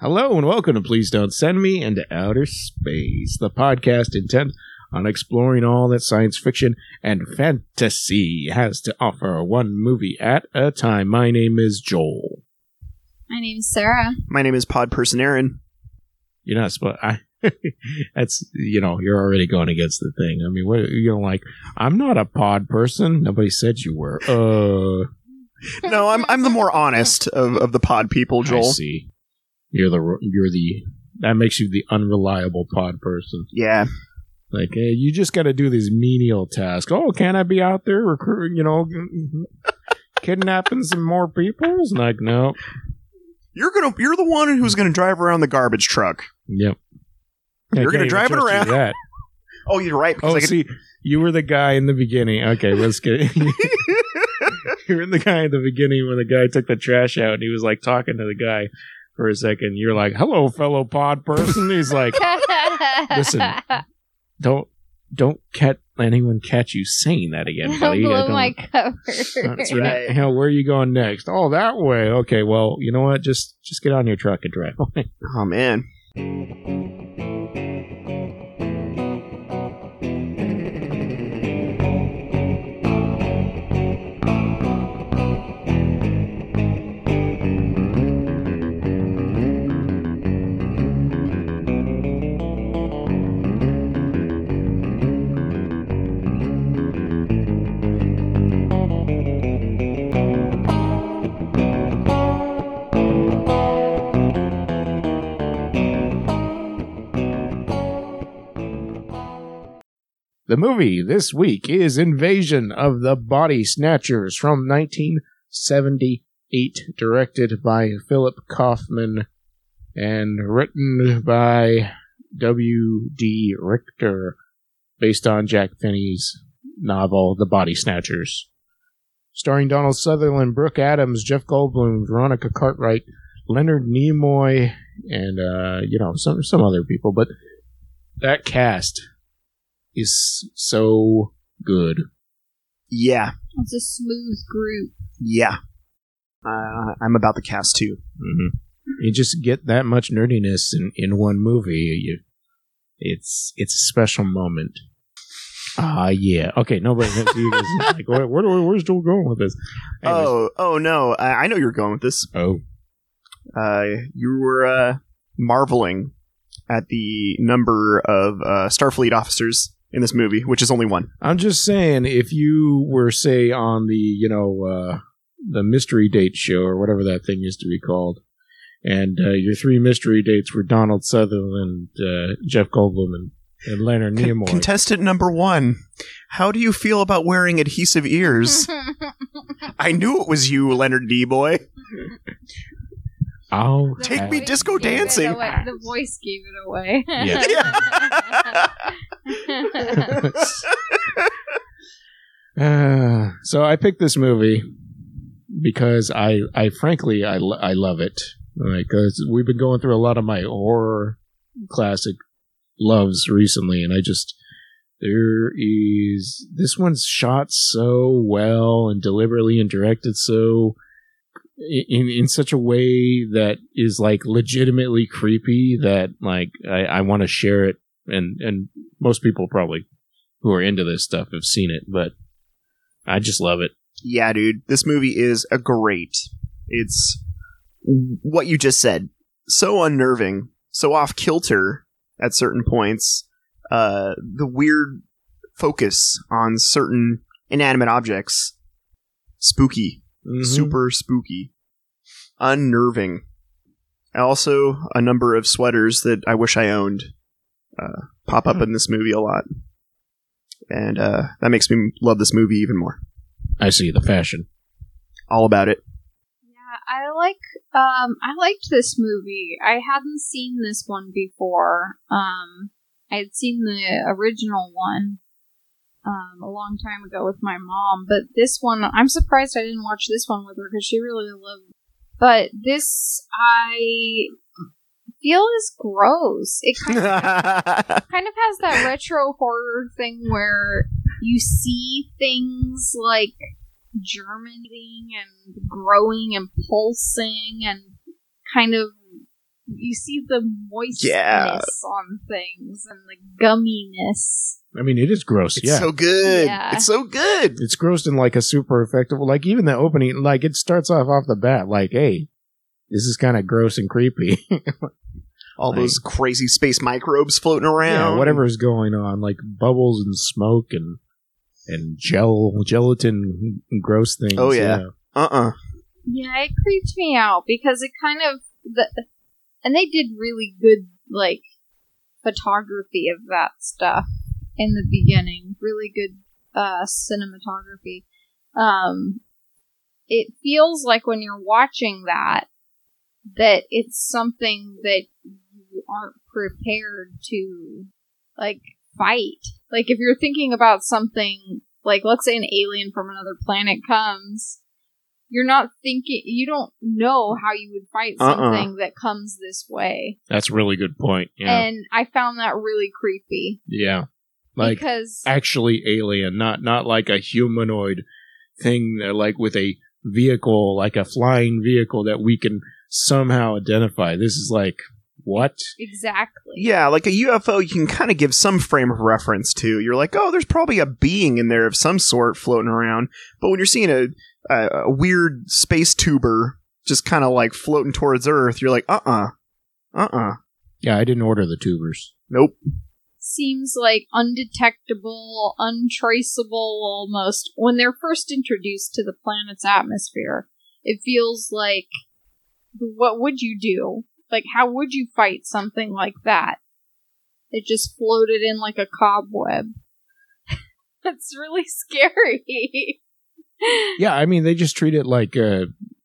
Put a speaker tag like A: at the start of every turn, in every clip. A: Hello and welcome to Please Don't Send Me into Outer Space, the podcast intent on exploring all that science fiction and fantasy has to offer one movie at a time. My name is Joel.
B: My name's Sarah.
C: My name is Pod Person Aaron.
A: You're not supposed I that's you know, you're already going against the thing. I mean, what you're like, I'm not a pod person. Nobody said you were. Uh
C: No, I'm I'm the more honest of, of the pod people,
A: I
C: Joel.
A: see. You're the you're the that makes you the unreliable pod person.
C: Yeah.
A: Like, hey, you just got to do these menial tasks. Oh, can I be out there recruiting, you know, kidnapping some more people? It's like, no.
C: You're gonna you're the one who's gonna drive around the garbage truck.
A: Yep. I
C: You're
A: can't
C: gonna
A: even
C: drive it
A: trust you
C: around.
A: with that.
C: Oh, you're right.
A: Oh,
C: Because I could,
A: see, you were the guy in the beginning. Okay, let's get You were the guy in the beginning when the guy took the trash out and he was like talking to the guy for a second. You're like, hello, fellow pod person. He's like, Listen, don't don't cat anyone catch you saying that again,
B: Don't
A: buddy. I
B: blow
A: don't-
B: my cover.
A: That's
C: right.
A: right. Hell, where are you going next? Oh, that way. Okay. Well, you know what? Just just get on your truck and drive away.
C: oh man.
A: The movie this week is Invasion of the Body Snatchers from 1978, directed by Philip Kaufman and written by W.D. Richter, based on Jack Finney's novel The Body Snatchers. Starring Donald Sutherland, Brooke Adams, Jeff Goldblum, Veronica Cartwright, Leonard Nimoy, and uh, you know some some other people, but that cast is so good.
C: Yeah.
B: It's a smooth group.
C: Yeah. Uh, I'm about the cast too.
A: Mm-hmm. You just get that much nerdiness in, in one movie. You, it's it's a special moment. Ah, yeah. Okay, nobody. You guys are like, where, where do, where's Joel going with this? Anyways.
C: Oh, oh no. I, I know you're going with this.
A: oh,
C: Uh, you were uh, marveling at the number of uh, Starfleet officers in this movie, which is only one.
A: I'm just saying, if you were say on the you know uh, the mystery date show or whatever that thing used to be called, and uh, your three mystery dates were Donald Sutherland, uh, Jeff Goldblum, and, and Leonard
C: Con-
A: Nimoy.
C: contestant number one. How do you feel about wearing adhesive ears? I knew it was you, Leonard D. Boy.
A: Oh,
C: Take
A: okay.
C: me
B: voice
C: disco
B: gave it
C: dancing.
B: away. The voice gave it away.
C: Yeah.
A: Uh, so I picked this movie because I, I frankly, I, lo- I love it. Because we've been going through a lot of my horror classic loves recently, and I just there is this one's shot so well and deliberately and directed so in in such a way that is like legitimately creepy that like I, I want to share it and and most people probably who are into this stuff have seen it but I just love it
C: yeah, dude, this movie is a great. It's what you just said. So unnerving, so off kilter at certain points. Uh, the weird focus on certain inanimate objects. Spooky.
A: Mm-hmm.
C: super spooky, unnerving. Also, a number of sweaters that I wish I owned uh, pop
A: Hmm.
C: up in this movie a lot, and uh, that makes me love this movie even more.
A: I see the fashion
C: All about it.
B: Yeah, I like um I liked this movie. I hadn't seen this one before. Um I had seen the original one um a long time ago with my mom, but this one I'm surprised I didn't watch this one with her cuz she really loved. But this I feel is gross. It kind of kind of has that retro horror thing where you see things like germinating and growing and pulsing and kind of you see the moistness
C: Yeah.
B: on things and the gumminess.
A: I mean, it is gross.
C: It's
A: yeah.
C: so good.
B: Yeah.
C: It's so good.
A: it's gross in like a super effective like even the opening like it starts off off the bat like hey this is kind of gross and creepy
C: All
A: Like-
C: those crazy space microbes floating around.
A: yeah, whatever's going on like bubbles and smoke and and gel gelatin gross things
C: Oh, yeah. Uh uh
B: Yeah, it creeped me out because it kind of the, and they did really good like photography of that stuff in the beginning. Really good uh, cinematography. Um, it feels like when you're watching that that it's something that you aren't prepared to like fight. Like if you're thinking about something like let's say an alien from another planet comes you're not thinking you don't know how you would fight
C: Uh-uh.
B: something that comes this way
A: that's a really good point yeah
B: and i found that really creepy
A: yeah like
B: because
A: actually alien not not like a humanoid thing uh, like with a vehicle like a flying vehicle that we can somehow identify this is like what
B: exactly
C: Yeah, like a UFO, you can kind of give some frame of reference to. You're like, oh, there's probably a being in there of some sort floating around. But when you're seeing a, a, a weird space tuber just kind of like floating towards Earth, you're like, uh uh-uh, uh,
A: yeah i didn't order the tubers
C: nope.
B: seems like undetectable, untraceable almost. When they're first introduced to the planet's atmosphere, it feels like what would you do? Like, how would you fight something like that? It just floated in like a cobweb. That's really scary.
A: yeah i mean they just treat it like uh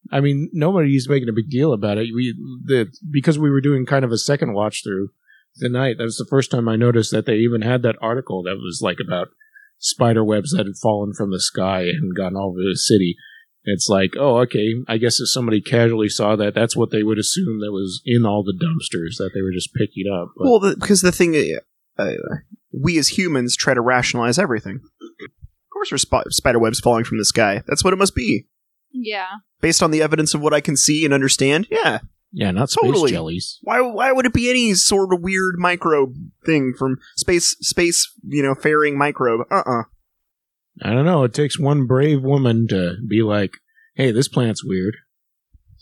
A: i mean nobody's making a big deal about it we the because we were doing kind of a second watch through tonight that was the first time i noticed that they even had that article that was like about spider webs that had fallen from the sky and gotten all over the city it's like oh okay i guess if somebody casually saw that that's what they would assume that was in all the dumpsters that they were just picking up but
C: Well, the, because the thing, uh, uh, we as humans try to rationalize everything. Of course, there's sp- spider webs falling from the sky. That's what it must be.
B: yeah.
C: Based on the evidence of what I can see and understand, yeah.
A: yeah not space
C: totally.
A: jellies
C: Why, why would it be any sort of weird microbe thing from space, space, you know, faring microbe? Uh uh
A: I don't know. It takes one brave woman to be like, "Hey, this plant's weird."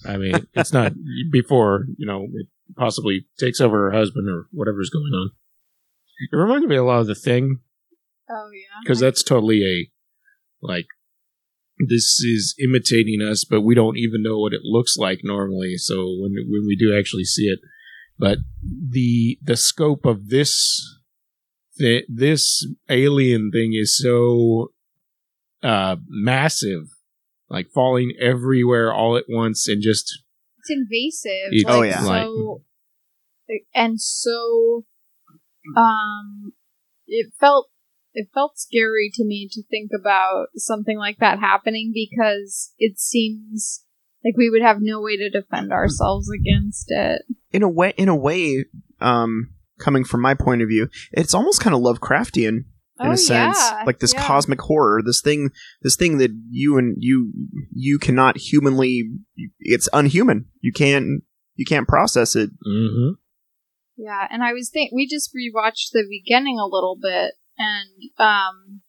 A: I mean, it's not before you know it possibly takes over her husband or whatever's going on. It reminded me a lot of the thing
B: Oh, yeah.
A: because that's totally a like this is imitating us, but we don't even know what it looks like normally. So when when we do actually see it, but the the scope of this thi- this alien thing is so uh massive, like falling everywhere all at once and just
B: it's invasive.
A: It's
C: Oh,
B: like,
A: like-
B: so, and so, um, it felt it felt scary to me to think about something like that happening because it seems like we would have no way to defend ourselves against it.
C: in a way in a way um coming from my point of view it's almost kind of lovecraftian in
B: Oh,
C: a sense
B: yeah,
C: like this
B: yeah.
C: cosmic horror this thing this thing that you and you you cannot humanly it's unhuman you can't you can't process it
A: mm-hmm.
B: Yeah, and I was think we just rewatched the beginning a little bit, and um,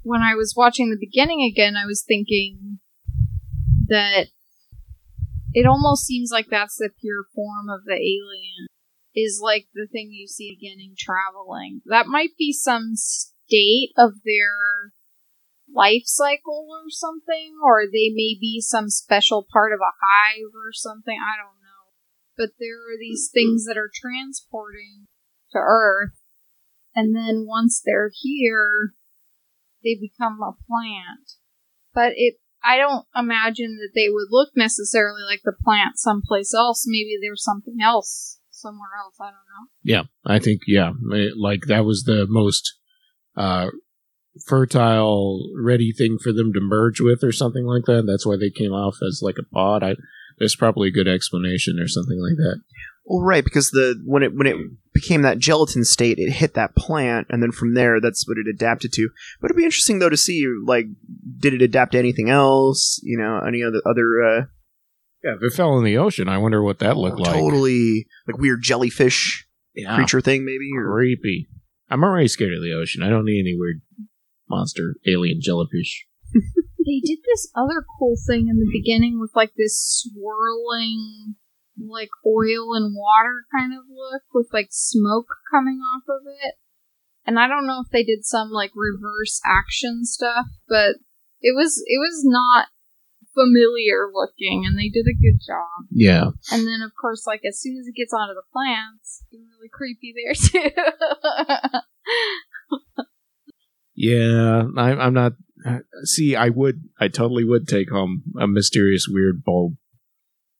B: when I was watching the beginning again, I was thinking that it almost seems like that's the pure form of the alien is like the thing you see beginning traveling. That might be some state of their life cycle or something, or they may be some special part of a hive or something. I don't know but there are these things that are transporting to Earth, and then once they're here, they become a plant. But it, I don't imagine that they would look necessarily like the plant someplace else. Maybe there's something else somewhere else. I don't know.
A: Yeah, I think yeah, it- like that was the most uh, fertile, ready thing for them to merge with, or something like that. That's why they came off as like a pod. I, there's probably a good explanation or something like that.
C: well right because the when it when it became that gelatin state it hit that plant and then from there that's what it adapted to but it'd be interesting though to see like did it adapt to anything else you know any other other uh
A: Yeah, if it fell in the ocean, I wonder what that looked like.
C: Totally like weird jellyfish
A: Yeah.
C: creature thing, maybe. Or
A: Creepy. I'm already scared of the ocean. I don't need any weird monster, alien, jellyfish.
B: They did this other cool thing in the beginning with like this swirling, like oil and water kind of look with like smoke coming off of it. And I don't know if they did some like reverse action stuff, but it was it was not familiar looking, and they did a good job.
A: Yeah.
B: And then of course, like as soon as it gets onto the plants, it's really creepy there too.
A: Yeah. I, I'm not. See, I would. I totally would take home a mysterious, weird bulb.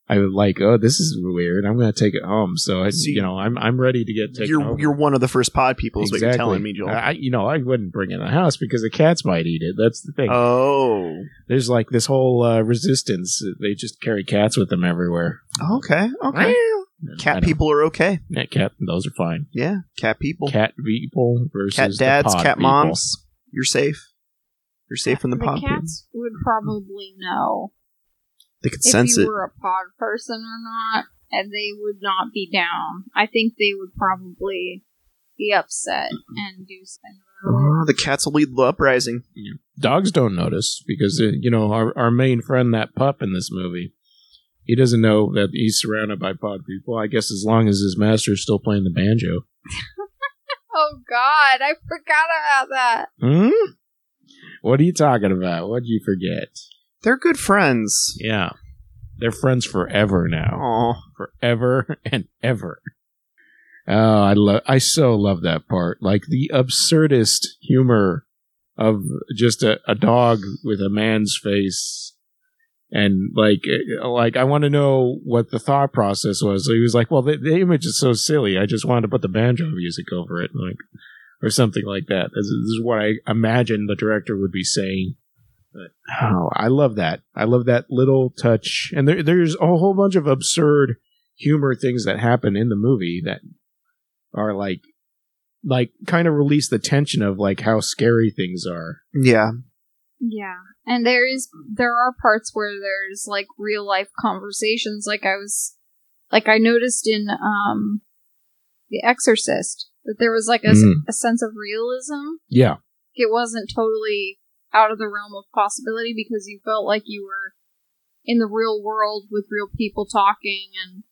A: I would like. Oh, this is weird. I'm going to take it home. So I,
C: See,
A: you know, I'm I'm ready to get taken
C: you're
A: home.
C: you're one of the first pod people, is what you're
A: Exactly.
C: telling me, Joel.
A: I, you know, I wouldn't bring it in the house because the cats might eat it. That's the thing.
C: oh,
A: There's like this whole uh, resistance. They just carry cats with them everywhere.
C: okay, okay.
A: I
C: Cat
A: don't-
C: people are okay.
A: Yeah, cat. Those are fine.
C: Yeah, cat people, cat,
A: Cat people versus the
C: dads,
A: pod
C: cat
A: people.
C: moms. You're safe. You're safe from the, pod. people.
B: cats would probably know.
C: They could
B: if
C: sense
B: you
C: it.
B: were a pod person or not, and they would not be down. I think they would probably be upset and do something about it.
C: Oh, the cats will lead the uprising.
A: Dogs don't notice because uh, you know our our main friend, that pup in this movie. He doesn't know that he's surrounded by pod people. I guess as long as his master's still playing the banjo.
B: Oh God, I forgot about that.
A: Hmm? What are you talking about? What'd you forget?
C: They're good friends.
A: Yeah. They're friends forever now.
C: Aw.
A: forever and ever. Oh, I love I so love that part. Like the absurdist humor of just a, a dog with a man's face. And like, eh, like I want to know what the thought process was. So he was like, "Well, the, the image is so silly. I just wanted to put the banjo music over it, like, or something like that." This is, this is what I imagine the director would be saying. But, oh, I love that. I love that little touch. And there, there's a whole bunch of absurd humor things that happen in the movie that are like like kind of release the tension of like how scary things are.
C: Yeah.
B: Yeah, and there is there are parts where there's like real life conversations. Like I was, like I noticed in um, The Exorcist that there was like a, s-
A: Mm.
C: Mm-hmm.
B: a sense of realism
A: Yeah.
B: it wasn't totally out of the realm of possibility because you felt like you were in the real world with real people talking and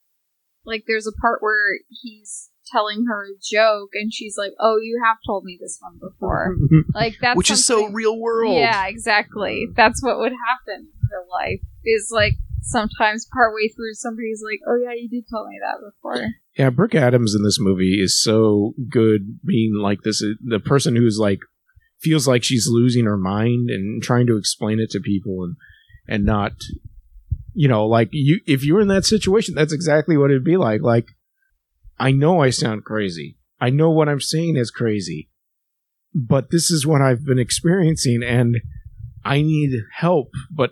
B: like there's a part where he's telling her a joke and she's like oh you have told me this one before like that's
C: Which is so
B: something-
C: real world.
B: yeah exactly that's what would happen in real life is like sometimes partway through somebody's like oh yeah you did tell me that before
A: Yeah, Brooke Adams in this movie is so good being like this uh, the person who's like feels like she's losing her mind and trying to explain it to people and and not you know, like you if you were in that situation, that's exactly what it'd be like. Like I know I sound crazy. I know what I'm saying is crazy. But this is what I've been experiencing and I need help, but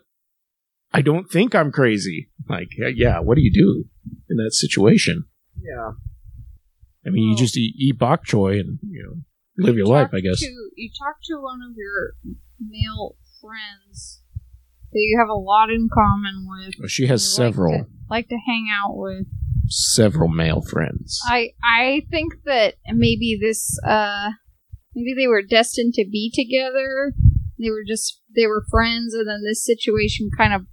A: I don't think I'm crazy. Like, yeah, what do you do in that situation?
C: Yeah.
A: I mean, you
B: Well-
A: just eat, eat bok choy and you know live your
B: you
A: life,
B: talk
A: I guess.
B: To, you talk to one of your male friends that you have a lot in common with.
A: Well, she
B: and
A: has
B: you
A: several
B: like to, like to hang out with.
A: several male friends.
B: I I think that maybe this uh maybe they were destined to be together. They were just they were friends, and then this situation kind of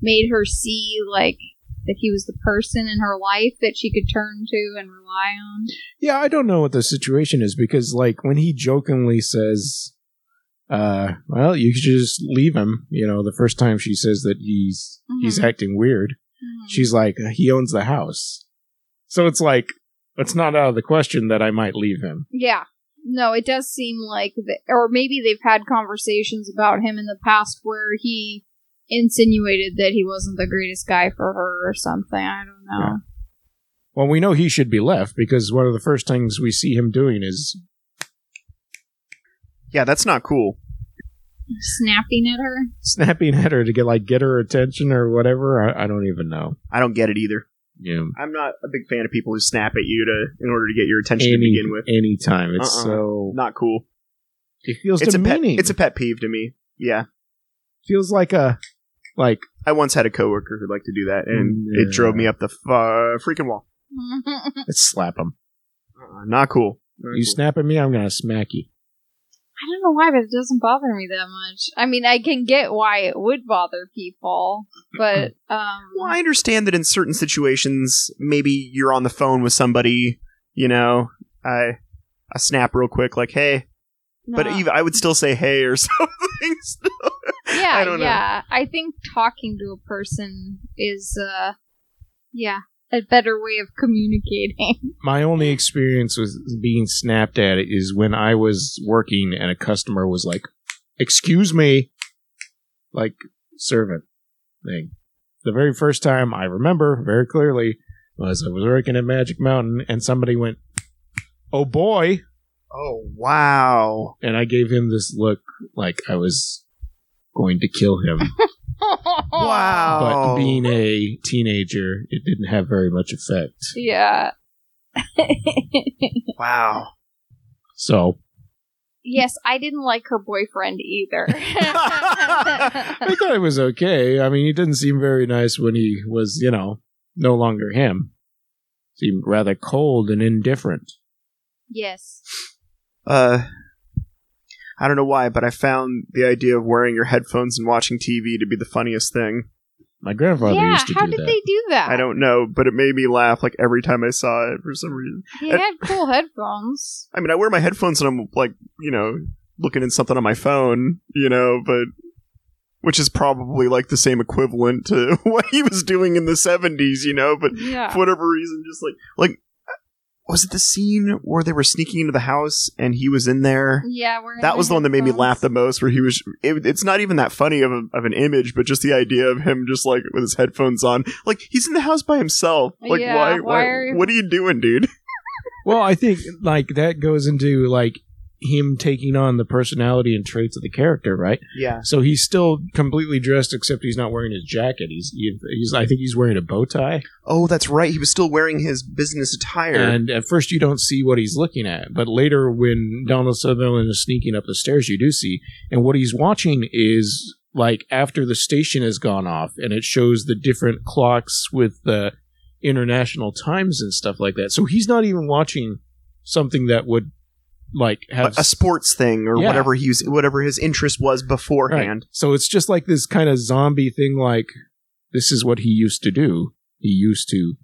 B: made her see like that he was the person in her life that she could turn to and rely on.
A: yeah, I don't know what the situation is because, like, when he jokingly says, "Uh, well, you should just leave him," you know, the first time she says that he's he's
B: Mhm.
A: acting weird,
B: Hmm.
A: she's like, "He owns the house," so it's like it's not out of the question that I might leave him.
B: Yeah. No, it does seem like, th or maybe they've had conversations about him in the past where he insinuated that he wasn't the greatest guy for her or something. I don't know.
A: Yeah. Well, we know he should be left because one of the first things we see him doing is
C: Yeah, that's not cool.
B: Snapping at her.
A: snapping at her to get like get her attention or whatever. I, I don't even know.
C: I don't get it either.
A: Yeah,
C: I'm not a big fan of people who snap at you to in order to get your attention to
A: any
C: begin with.
A: any time. It's
C: Uh-uh.
A: so
C: Not cool.
A: it feels
C: It's a pet,
A: demeaning.
C: it's a pet peeve to me. Yeah.
A: feels like a Like,
C: I once had a coworker who liked to do that, and
A: Yeah.
C: it drove me up the f- uh, freaking wall.
A: let's slap him.
C: Uh, not cool. Not
A: You
C: cool.
A: snap at me, I'm gonna smack you.
B: I don't know why, but it doesn't bother me that much. I mean, I can get why it would bother people, but um,
C: Well, I understand that in certain situations, maybe you're on the phone with somebody, you know, I I snap real quick, like, hey. But
B: nah.
C: even, I would still say hey or something. still.
B: yeah,
C: I don't know.
B: yeah, I think talking to a person is, uh, yeah, a better way of communicating.
A: my only experience with being snapped at is when I was working and a customer was like, "Excuse me," like servant thing. The very first time I remember very clearly was I was working at Magic Mountain and somebody went, "Oh boy,"
C: Oh wow!
A: and I gave him this look like I was going to kill him.
C: Wow.
A: But
C: Oh.
A: being a teenager, it didn't have very much effect.
B: Yeah.
C: Wow!
A: So
B: yes, I didn't like her boyfriend either.
A: I thought it was okay. I mean, he didn't seem very nice when he was, you know, no longer him. Seemed rather cold and indifferent.
B: yes.
C: Uh, I don't know why, but I found the idea of wearing your headphones and watching TV to be the funniest thing.
A: My grandfather
B: yeah,
A: used to
B: how
A: do
B: did
A: that.
B: they do that?
C: I don't know, but it made me laugh like every time I saw it for some reason.
B: He had cool headphones.
C: I mean, I wear my headphones and I'm like, you know, looking at something on my phone, you know, but which is probably like the same equivalent to what he was doing in the 70s, you know, but
B: Yeah.
C: for whatever reason, just like, like, was it the scene where they were sneaking into the house and he was in there?
B: Yeah, we're
C: That was the one that made me laugh the most, where he was. It, it's not even that funny of, a, of an image, but just the idea of him just like with his headphones on, like he's in the house by himself. Like,
B: Yeah,
C: why? Why?
B: why are you-
C: What are you doing, dude?
A: Well, I think like that goes into like him taking on the personality and traits of the character, right?
C: Yeah.
A: So he's still completely dressed, except he's not wearing his jacket. He's he, he's I think he's wearing a bow tie.
C: Oh, that's right. He was still wearing his business attire.
A: And at first, you don't see what he's looking at, but later, when Donald Sutherland is sneaking up the stairs, you do see. And what he's watching is like after the station has gone off, and it shows the different clocks with the international times and stuff like that. So he's not even watching something that would like
C: a,
A: have
C: a sports thing or
A: Yeah.
C: whatever he was, whatever his interest was beforehand.
A: So it's just like this kind of zombie thing. Like this is what he used to do. He used to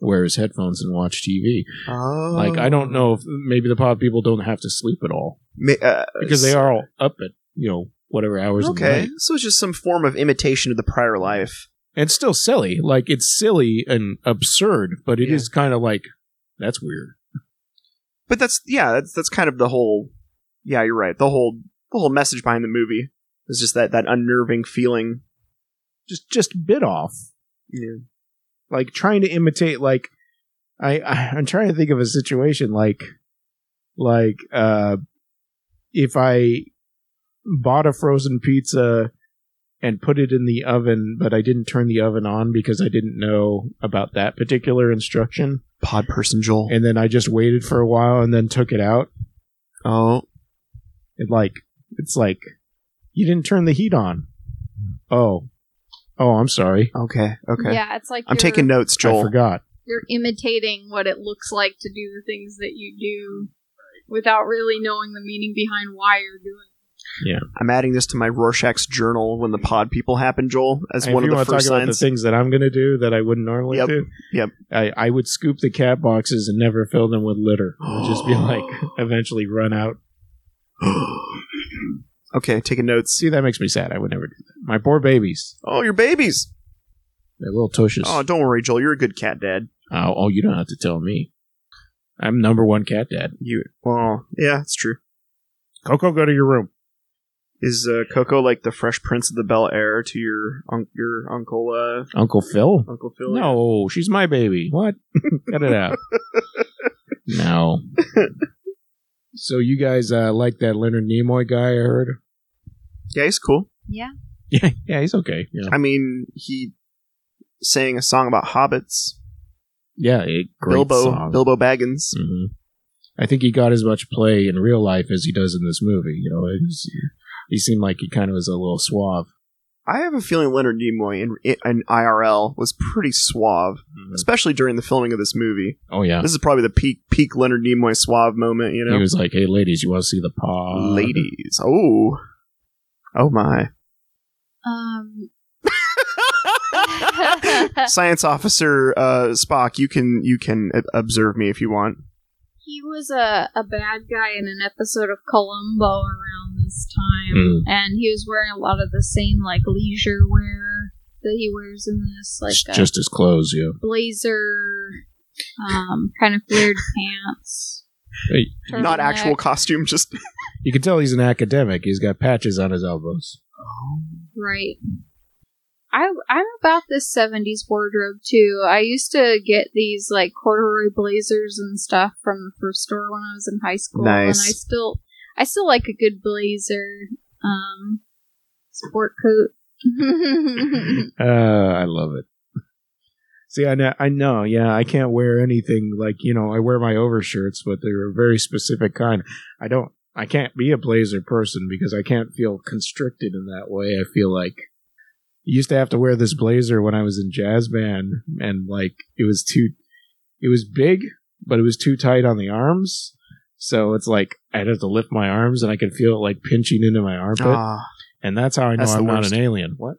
A: wear his headphones and watch TV.
C: Oh,
A: Like I don't know if maybe the pod people don't have to sleep at all.
C: Ma- uh,
A: because they are all up at you know whatever hours of the
C: okay.
A: night.
C: So it's just some form of imitation of the prior life.
A: And it's still silly, like it's silly and absurd, but it is
C: Yeah.
A: kind of like that's weird.
C: But that's yeah, that's that's kind of the whole. Yeah, you're right. The whole the whole message behind the movie is just that that unnerving feeling.
A: Just just a bit off,
C: Yeah.
A: like trying to imitate. Like I, I I'm trying to think of a situation like like uh if I bought a frozen pizza and put it in the oven but I didn't turn the oven on because I didn't know about that particular instruction
C: Pod person Joel.
A: and then I just waited for a while and then took it out
C: oh,
A: It like it's like you didn't turn the heat on. Oh, oh, I'm sorry.
C: okay, okay.
B: Yeah, it's like
C: I'm
B: you're,
C: taking notes,
A: I
C: Joel.
A: forgot.
B: you're imitating what it looks like to do the things that you do without really knowing the meaning behind why you're doing
C: I'm adding this to my Rorschach's journal when the pod people happen, Joel, as
A: And
C: one
A: if
C: of
A: you
C: the
A: want to talk
C: first
A: about the
C: signs.
A: things that I'm going to do that I wouldn't normally
C: Yep,
A: do,
C: yep.
A: I, I would scoop the cat boxes and never fill them with litter. It would just be like eventually run out.
C: okay, taking notes.
A: See, that makes me sad. I would never do that. My poor babies.
C: Oh, your babies.
A: They're little tushes.
C: Oh,
A: Oh,
C: don't worry, Joel. You're a good cat dad.
A: oh, you don't have to tell me. I'm number one cat dad.
C: You well, yeah, it's true.
A: Coco, go to your room.
C: Is uh, Coco like the Fresh Prince of the Bel Air to your un- your uncle uh,
A: Uncle Phil?
C: Uncle Phil?
A: No, she's my baby. What? Cut it out. no. so you guys uh, like that Leonard Nimoy guy? I heard.
C: Yeah, he's cool.
B: Yeah.
A: Yeah, yeah, he's okay. Yeah,
C: I mean, he sang a song about hobbits.
A: yeah, a great
C: Bilbo
A: song.
C: Bilbo Baggins.
A: Mhm. I think he got as much play in real life as he does in this movie. You know, it was- he seemed like he kind of was a little suave.
C: I have a feeling Leonard Nimoy in, in IRL was pretty suave, especially during the filming of this movie.
A: Oh yeah,
C: This is probably the peak peak Leonard Nimoy suave moment, you know.
A: he was like, "Hey, ladies, you want to see the paw?"
C: Ladies, oh, oh my!
B: Um.
C: Science officer uh, Spock, you can you can uh, observe me if you want.
B: he was a, a bad guy in an episode of Columbo around this time,
A: Mm.
B: and he was wearing a lot of the same like leisure wear that he wears in this, like
A: It's
B: a
A: just as clothes, yeah.
B: blazer, um, kind of flared pants.
A: Hey,
C: Not
B: turtleneck.
C: actual costume, just
A: You can tell he's an academic. He's got patches on his elbows.
B: Right. I I'm about this '70s wardrobe too. I used to get these like corduroy blazers and stuff from the thrift store when I was in high school,
C: Nice.
B: and I still I still like a good blazer, um, sport coat.
A: Uh, I love it. See, I know, I know, yeah, I can't wear anything like you know. I wear my overshirts, but they're a very specific kind. I don't, I can't be a blazer person because I can't feel constricted in that way. I feel like I used to have to wear this blazer when I was in jazz band, and like it was too, it was big, but it was too tight on the arms. So it's like I'd have to lift my arms, and I could feel it like pinching into my armpit,
C: Ah,
A: and that's how I know
C: that's the
A: I'm not
C: worst.
A: an alien. What?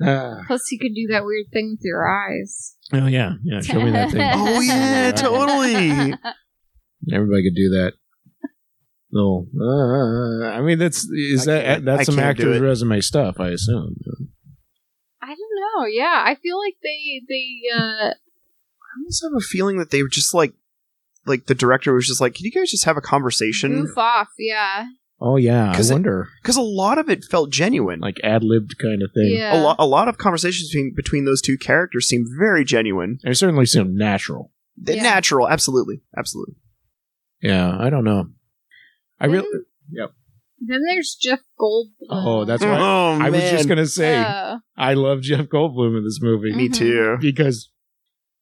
A: Ah.
B: Plus, you could do that weird thing with your eyes.
A: Oh yeah, yeah. Show me that thing.
C: Oh, yeah, totally.
A: Everybody could do that. No, uh, I mean that's is
C: I
A: that
C: can't- I
A: that's some
C: can't do
A: actor's
C: it.
A: resume stuff, I assume.
B: I don't know. Yeah, I feel like they they uh,
C: I almost have a feeling that they were just like like the director was just like, can you guys just have a conversation?
B: goof off. Yeah,
A: Oh yeah, I
C: 'Cause it-
A: wonder
C: Because a lot of it felt genuine.
A: like ad libbed kind of thing.
B: yeah.
C: a lot a lot of conversations between, between those two characters seem very genuine
A: They certainly seem natural.
C: They're
B: Yeah.
C: natural absolutely absolutely
A: Yeah, I don't know. I really.
B: Then-
A: Yep.
B: Then there's Jeff Goldblum.
A: Oh, that's why I was just gonna say
B: Uh,
A: I love Jeff Goldblum in this movie
C: me
B: Mhm.
C: too
A: because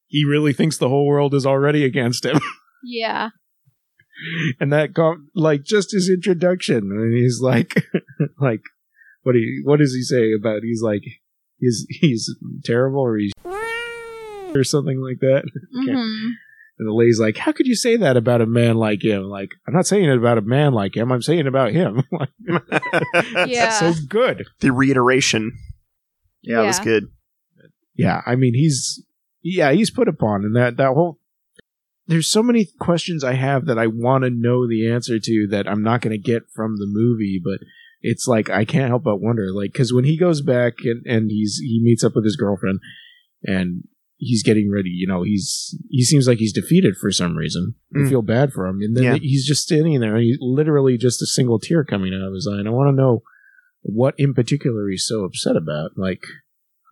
A: he really thinks the whole world is already against him.
B: yeah.
A: and that got like just his introduction and he's like like what he what does he say about he's like he's he's terrible or he's or something like that
B: hmm
A: and the lady's like how could you say that about a man like him like i'm not saying it about a man like him i'm saying it about him like
B: Yeah.
A: so good
C: the reiteration yeah, it was
B: Yeah.
C: good
A: yeah i mean he's yeah he's put upon and that that whole there's so many questions i have that i want to know the answer to that i'm not going to get from the movie but it's like i can't help but wonder like because when he goes back and and he's he meets up with his girlfriend and he's getting ready you know he's he seems like he's defeated for some reason i
C: Mm.
A: feel bad for him and then
C: Yeah.
A: he's just standing there and he's literally just a single tear coming out of his eye and i want to know what in particular he's so upset about like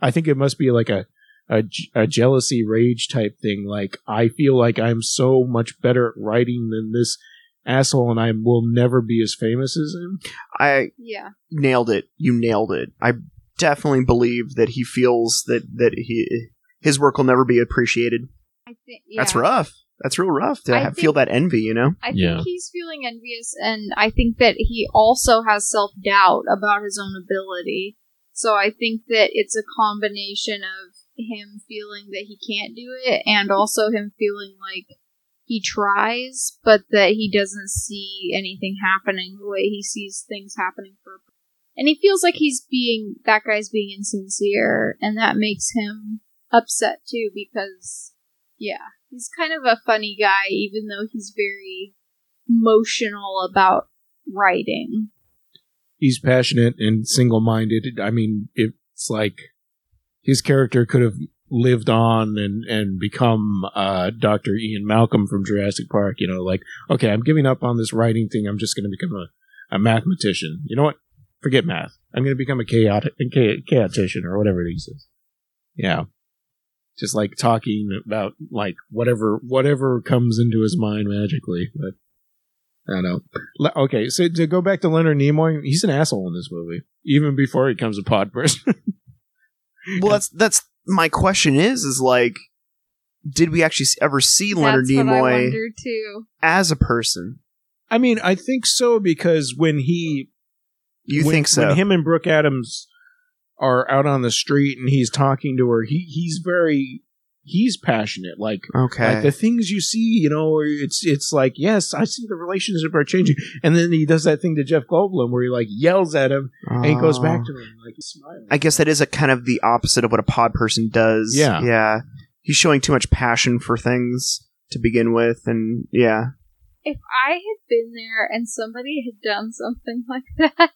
A: i think it must be like a a, j- a jealousy rage type thing like i feel like i'm so much better at writing than this asshole and i will never be as famous as him
C: i
B: Yeah.
C: nailed it you nailed it i definitely believe that he feels that that he his work will never be appreciated
B: I think yeah.
C: that's rough that's real rough to
B: I
C: ha- feel
B: think-
C: that envy you know
B: I think
A: Yeah.
B: he's feeling envious, and I think that he also has self doubt about his own ability. So I think that it's a combination of him feeling that he can't do it, and also him feeling like he tries, but that he doesn't see anything happening the way he sees things happening for. And he feels like he's being that guy's being insincere, and that makes him upset too because yeah he's kind of a funny guy, even though he's very emotional about writing.
A: he's passionate and single-minded i mean it's like his character could have lived on and and become uh dr ian malcolm from jurassic park you know like okay i'm giving up on this writing thing i'm just going to become a, a mathematician you know what forget math i'm going to become a chaotic a cha- chaotician or whatever it is yeah just like talking about like whatever whatever comes into his mind magically but I don't know. Le- okay, so to go back to Leonard Nimoy, he's an asshole in this movie, even before he becomes a pod person.
C: well that's that's my question is is like did we actually s- ever see leonard
B: That's what I
C: nimoy
B: wonder too.
C: as a person
A: I mean, I think so because when he
C: You
A: when-
C: think so?
A: When him and Brooke Adams are out on the street and he's talking to her, he he's very he's passionate. Like
C: okay.
A: like the things you see, you know, it's it's like, yes, I see the relationship are changing. And then he does that thing to Jeff Goldblum where he like yells at him and he goes back to him like he's smiling.
C: Oh. I guess that is a kind of the opposite of what a pod person does.
A: Yeah.
C: Yeah. He's showing too much passion for things to begin with, and yeah.
B: If I had been there and somebody had done something like that,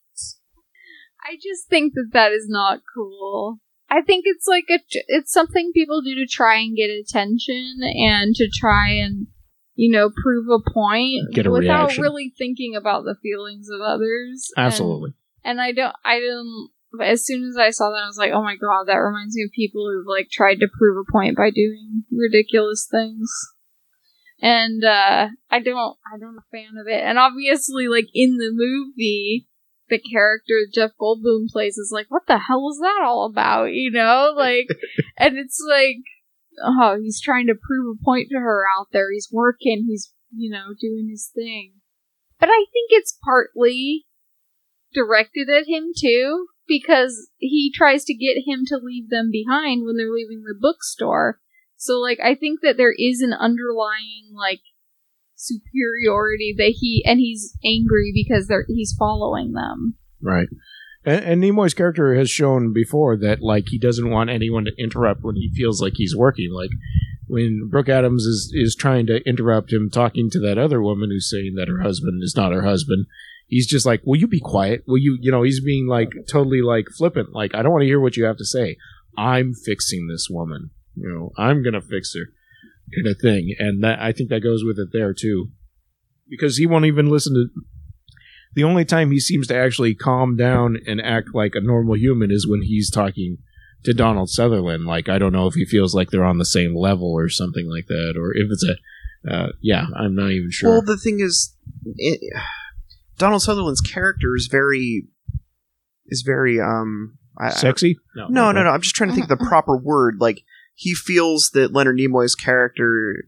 B: I just think that that is not cool. I think it's like a it's something people do to try and get attention and to try and you know prove a point
A: Get a
B: without
A: reaction.
B: really thinking about the feelings of others. And-
A: Absolutely.
B: and I don't, I didn't. but As soon as I saw that, I was like, "Oh my god!" That reminds me of people who've like tried to prove a point by doing ridiculous things, and uh, I don't, I don't a fan of it. And obviously, like in the movie, the character Jeff Goldblum plays is like, "What the hell is that all about?" You know, like, and it's like, oh, he's trying to prove a point to her out there. He's working. He's you know doing his thing. But I think it's partly directed at him too because he tries to get him to leave them behind when they're leaving the bookstore. So like I think that there is an underlying like superiority that he and he's angry because they're he's following them.
A: Right. And, and Nimoy's character has shown before that like he doesn't want anyone to interrupt when he feels like he's working. Like when Brooke Adams is is trying to interrupt him talking to that other woman who's saying that her husband is not her husband. He's just like, "Will you be quiet? Will you?" You know, he's being like totally like flippant. Like, I don't want to hear what you have to say. I'm fixing this woman. You know, I'm gonna fix her, kind of thing. And that I think that goes with it there too, because he won't even listen to the only time he seems to actually calm down and act like a normal human is when he's talking to Donald Sutherland. Like, I don't know if he feels like they're on the same level or something like that, or if it's a. Uh, yeah, I'm not even sure.
C: Well, the thing is, it, Donald Sutherland's character is very is very um. I, I-
A: Sexy?
C: no, no, no. I'm just trying to think of the proper word. Like he feels that Leonard Nimoy's character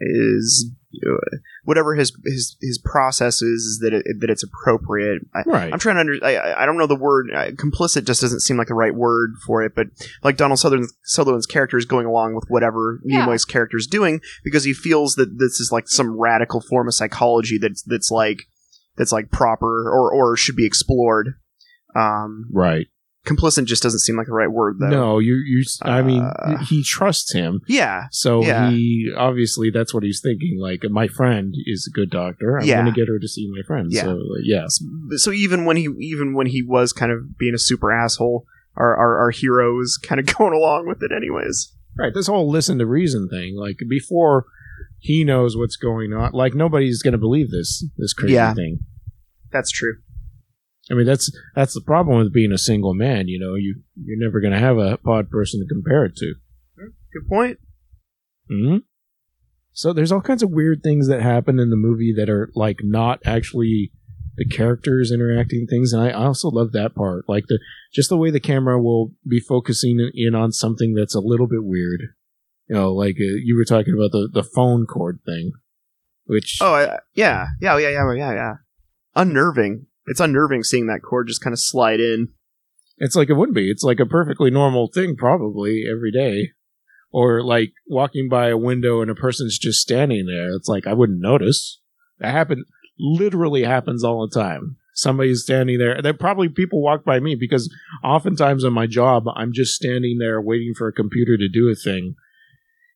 C: is uh, whatever his his his process is, is that it, that it's appropriate. I,
A: Right.
C: I'm trying to under. I- I, I don't know the word. Uh, complicit just doesn't seem like the right word for it. But like Donald Sutherland, Sutherland's character is going along with whatever
B: Yeah.
C: Nimoy's character is doing because he feels that this is like some radical form of psychology that's that's like that's like proper or or should be explored. Um,
A: right.
C: complicit just doesn't seem like the right word though.
A: No, you, you, I mean,
C: Uh,
A: he trusts him.
C: Yeah.
A: So
C: Yeah.
A: he, obviously, that's what he's thinking. Like, my friend is a good doctor. I'm
C: Yeah.
A: going to get her to see my friend.
C: Yeah.
A: So, yes.
C: So even when he even when he was kind of being a super asshole, our our, our hero was kind of going along with it anyways.
A: Right. This whole listen to reason thing, like before he knows what's going on, like nobody's going to believe this this crazy
C: Yeah.
A: thing.
C: That's true.
A: I mean, that's that's the problem with being a single man. You know, you you're never going to have a pod person to compare it to.
C: Good point.
A: hmm So there's all kinds of weird things that happen in the movie that are like not actually the characters interacting things, and I I also love that part, like the just the way the camera will be focusing in on something that's a little bit weird. You know, like uh, you were talking about the the phone cord thing, which
C: Oh I, yeah, yeah, yeah, yeah, yeah, yeah. Unnerving. It's unnerving seeing that cord just kind of slide in.
A: It's like it would be. It's like a perfectly normal thing, probably every day. Or like walking by a window and a person's just standing there. It's like I wouldn't notice. That happen literally happens all the time. Somebody's standing there. That probably people walk by me because oftentimes in my job I'm just standing there waiting for a computer to do a thing,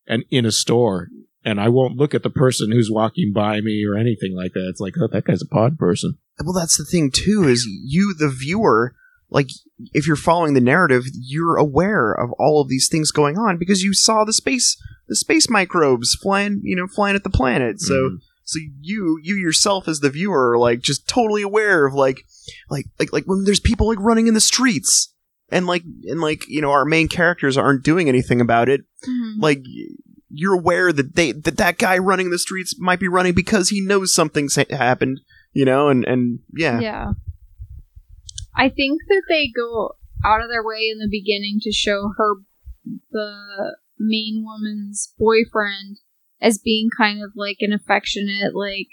A: and in a store, and I won't look at the person who's walking by me or anything like that. It's like oh, that guy's a pod person.
C: Well, that's the thing too is you the viewer like if you're following the narrative, you're aware of all of these things going on because you saw the space the space microbes flying, you know, flying at the planet. So so you you yourself as the viewer are like just totally aware of like like like like when there's people like running in the streets and like and like you know our main characters aren't doing anything about it like y- you're aware that they that that guy running the streets might be running because he knows something's ha- happened you know and and yeah,
B: Yeah. I think that they go out of their way in the beginning to show her the main woman's boyfriend as being kind of like an affectionate, like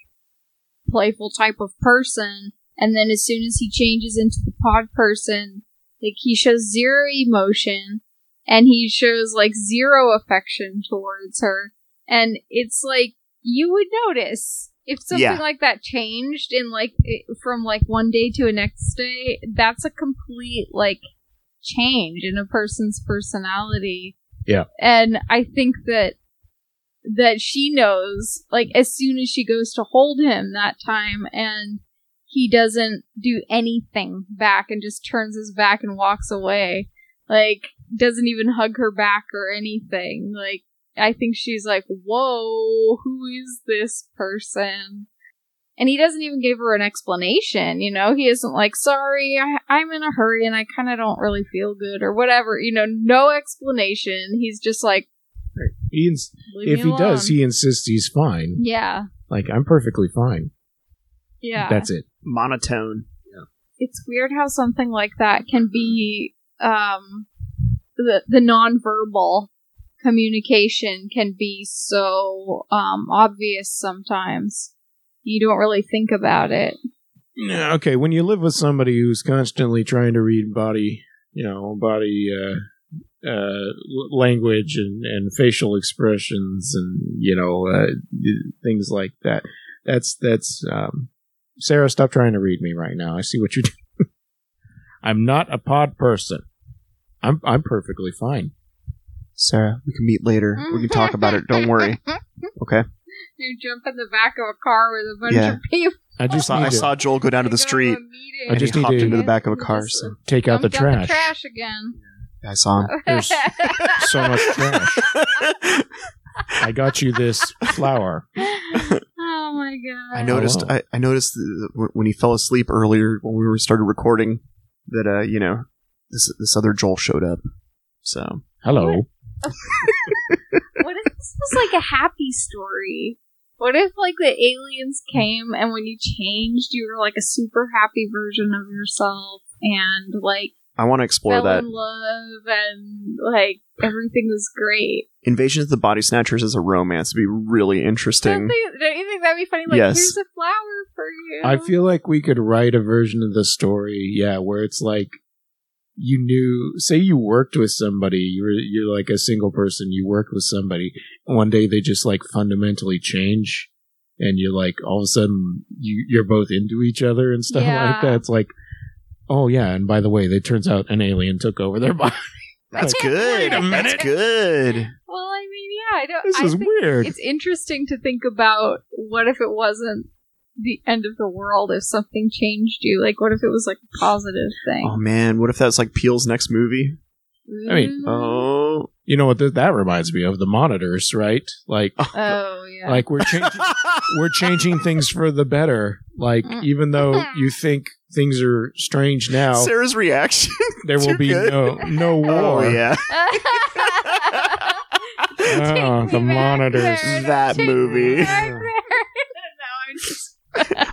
B: playful type of person. And then as soon as he changes into the pod person, like he shows zero emotion and he shows like zero affection towards her. And it's like you would notice if something
C: Yeah.
B: like that changed in like it, from like one day to a next day, that's a complete like change in a person's personality.
A: Yeah.
B: And I think that that she knows like as soon as she goes to hold him that time and he doesn't do anything back and just turns his back and walks away like doesn't even hug her back or anything like i think she's like whoa who is this person and he doesn't even give her an explanation you know he isn't like sorry I, i'm in a hurry and i kind of don't really feel good or whatever you know no explanation he's just like
A: He ins-
B: Leave
A: if
B: me
A: he does,
B: alone.
A: he insists he's fine.
B: yeah
A: Like I'm perfectly fine.
B: yeah
A: That's it.
C: monotone.
B: it's weird how something like that can be um the the nonverbal communication can be so um obvious sometimes you don't really think about it
A: Yeah, okay, when you live with somebody who's constantly trying to read body, you know, body uh, uh, l- language and, and facial expressions and you know uh, th- things like that, that's that's um, Sarah. Stop trying to read me right now. I see what you do. I'm not a pod person. I'm I'm perfectly fine.
C: Sarah, we can meet later. We can talk about it. Don't worry. Okay.
B: you jump in the back of a car with a bunch
C: Yeah.
B: of people
A: I
C: I
A: just
C: saw,
A: need
C: I
A: to
C: saw Joel go down to
B: They
C: the
B: go
C: street.
B: a meeting
A: I
C: and
A: just
C: he
A: need
C: hopped
A: to-
C: into the back of a car. So
A: take out the
B: Dumped out
A: trash.
B: trash again
C: I saw him.
A: There's- So much trash. I got you this flower.
B: oh my god
C: I noticed.
A: Oh, wow.
C: I, I noticed th- th- when he fell asleep earlier when we were started recording that uh, you know this this other Joel showed up. So
A: Hello.
B: what if this was like a happy story? What if like the aliens came and when you changed, you were like a super happy version of yourself and like
C: I want to explore
B: fell
C: that.
B: in love and like everything was great?
C: Invasion of the Body Snatchers is a romance. It'd be really
B: Don't,
C: interesting.
B: think- don't you think that'd be funny? Like
C: Yes.
B: here's a flower for you.
A: I feel like we could write a version of the story, yeah, where it's like you knew say you worked with somebody, you're you're like a single person, you worked with somebody, and one day they just like fundamentally change and you're like all of a sudden you you're both into each other and stuff
B: Yeah.
A: like that. It's like oh yeah, and by the way, it turns out an alien took over their body.
C: That's good.
B: Wait a minute.
C: That's good.
B: Well, I mean, yeah, I don't.
A: This
B: I
A: is
B: think
A: weird.
B: It's interesting to think about what if it wasn't the end of the world if something changed you. Like, what if it was like a positive thing?
C: Oh man, what if that's like Peel's next movie?
A: I mean,
B: Mm.
C: Oh,
A: You know what th- that reminds me of? The monitors, right? Like
B: Oh yeah.
A: like we're changing we're changing things for the better. Like
B: Mm.
A: even though you think things are strange now,
C: Sarah's reaction.
A: there will
C: too
A: be
C: good.
A: no no
C: Oh
A: war.
C: yeah,
A: Ah,
B: Take
A: the
B: me back
A: monitors.
B: there.
C: that
B: Take me
C: movie.
B: back there. No, I'm just-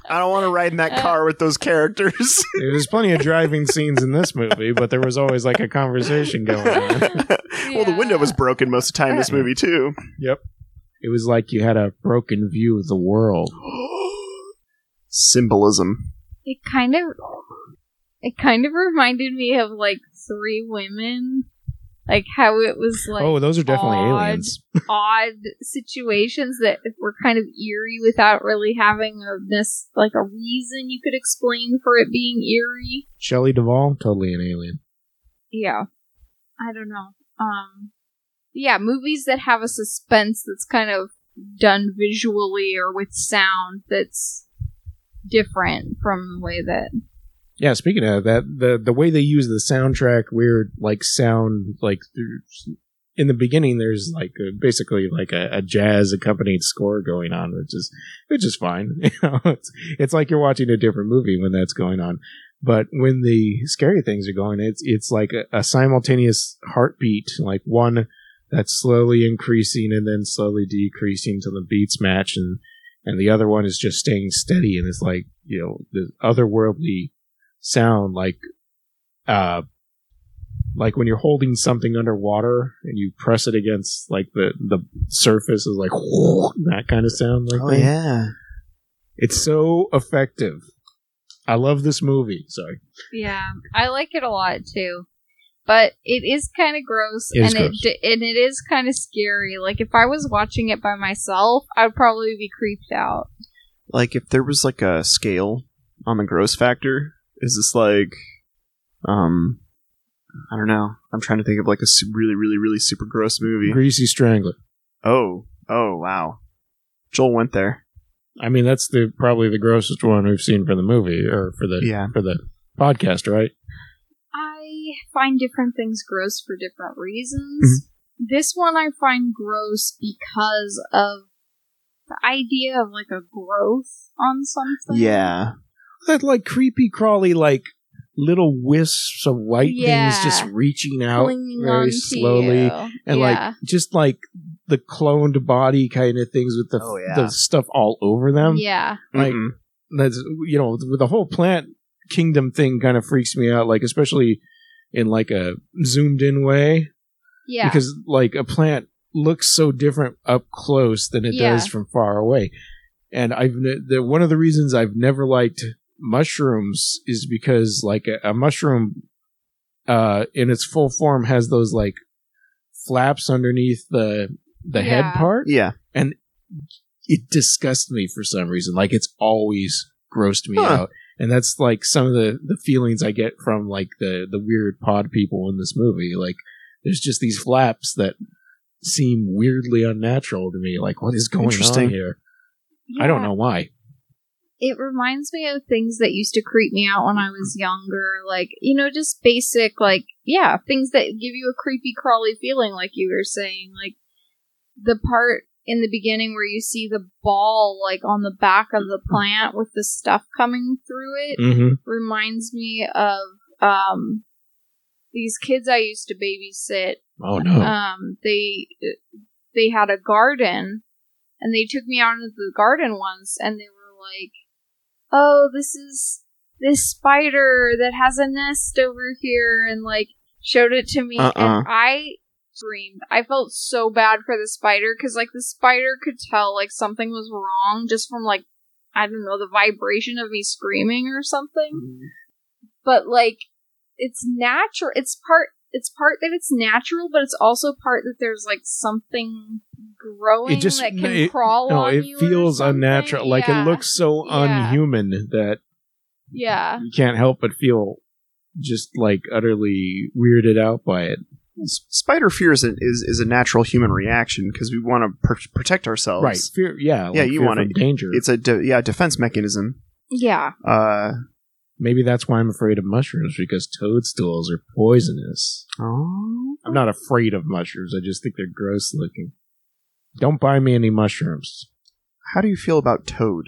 C: I don't want to ride in
B: Uh,
C: that car with those characters.
A: There's plenty of driving scenes in this movie, but there was always like a conversation going on.
C: Well, the window was broken most of the time in this movie too.
A: It was like you had a broken view of the world.
C: Symbolism.
B: It kind of, it kind of reminded me of like three women, like how it was like
A: oh, those are definitely
B: odd.
A: aliens.
B: odd situations that were kind of eerie without really having a this like a reason you could explain for it being eerie.
A: Shelley Duvall, totally an alien.
B: yeah i don't know um yeah movies that have a suspense that's kind of done visually or with sound that's different from the way that
A: Yeah, speaking of that, the the way they use the soundtrack, weird like sound like through- in the beginning, there's like a, basically like a, a jazz accompanied score going on, which is which is fine. You know, it's it's like you're watching a different movie when that's going on. But when the scary things are going, it's it's like a, a simultaneous heartbeat, like one that's slowly increasing and then slowly decreasing till the beats match, and and the other one is just staying steady, and it's like you know the otherworldly sound like uh like when you're holding something underwater and you press it against like the the surface is like
C: Oh,
A: that kind of sound like that.
C: yeah.
A: it's so effective I love this movie. Sorry.
B: Yeah, I like it a lot too. But it is kind of gross,
A: It is
B: and
A: gross.
B: it and it is kind of scary. Like if I was watching it by myself, I'd probably be creeped out.
C: Like if there was like a scale on the gross factor, is this like um I don't know. I'm trying to think of like a su- really really really super gross movie.
A: Greasy Strangler.
C: Oh, oh wow. Joel went there.
A: I mean, that's the probably the grossest one we've seen for the movie or for the
C: Yeah.
A: for the podcast, right?
B: I find different things gross for different reasons.
A: Mm-hmm.
B: This one I find gross because of the idea of like a growth on something.
C: Yeah.
A: That like creepy crawly like little wisps of white
B: Yeah.
A: things just reaching out
B: clinging
A: very
B: on
A: slowly
B: to you.
A: and
B: yeah.
A: like just like the cloned body kind of things with the
C: Oh, yeah.
A: the stuff all over them.
B: yeah,
A: Like-
C: Mm-mm.
A: that's you know with the whole plant kingdom thing kind of freaks me out like especially in like a zoomed in way
B: yeah,
A: because like a plant looks so different up close than it
B: Yeah.
A: does from far away and i've ne- the, one of the reasons i've never liked mushrooms is because like a, a mushroom uh in its full form has those like flaps underneath the the head
B: Yeah.
A: part
C: yeah.
A: it disgusts me for some reason. Like it's always grossed me
C: Huh.
A: out. And that's like some of the, the feelings I get from like the, the weird pod people in this movie. Like there's just these flaps that seem weirdly unnatural to me. Like what is going
C: Interesting.
A: on here?
B: yeah.
A: I don't know why.
B: it reminds me of things that used to creep me out when I was younger, like you know, just basic, like yeah, things that give you a creepy crawly feeling, like you were saying, like the part in the beginning where you see the ball like on the back of the plant with the stuff coming through it
A: Mm-hmm.
B: reminds me of um these kids I used to babysit
A: Oh no.
B: um, they they had a garden, and they took me out into the garden once, and they were like, "Oh, this is this spider that has a nest over here," and like showed it to me,
C: Uh-uh.
B: and I screamed. I felt so bad for the spider because like the spider could tell like something was wrong just from like I don't know the vibration of me screaming or something but like it's natural it's part it's part that it's natural but it's also part that there's like something growing
A: It just-
B: that can
A: no, it-
B: crawl
A: no,
B: on
A: it
B: you or
A: feels
B: something.
A: unnatural. Like
B: Yeah.
A: it looks so
B: Yeah.
A: unhuman that
B: yeah
A: you can't help but feel just like utterly weirded out by it.
C: S- Spider fear is, a, is is a natural human reaction because we want to pr- protect ourselves.
A: Right. Fear yeah, like
C: Yeah, you
A: fear
C: wanna-
A: from danger.
C: It's a de- yeah defense mechanism.
B: yeah
C: Uh,
A: Maybe that's why I'm afraid of mushrooms because toadstools are poisonous.
C: oh,
A: I'm not afraid of mushrooms. I just think they're gross looking. Don't buy me any mushrooms.
C: how do you feel about Toad?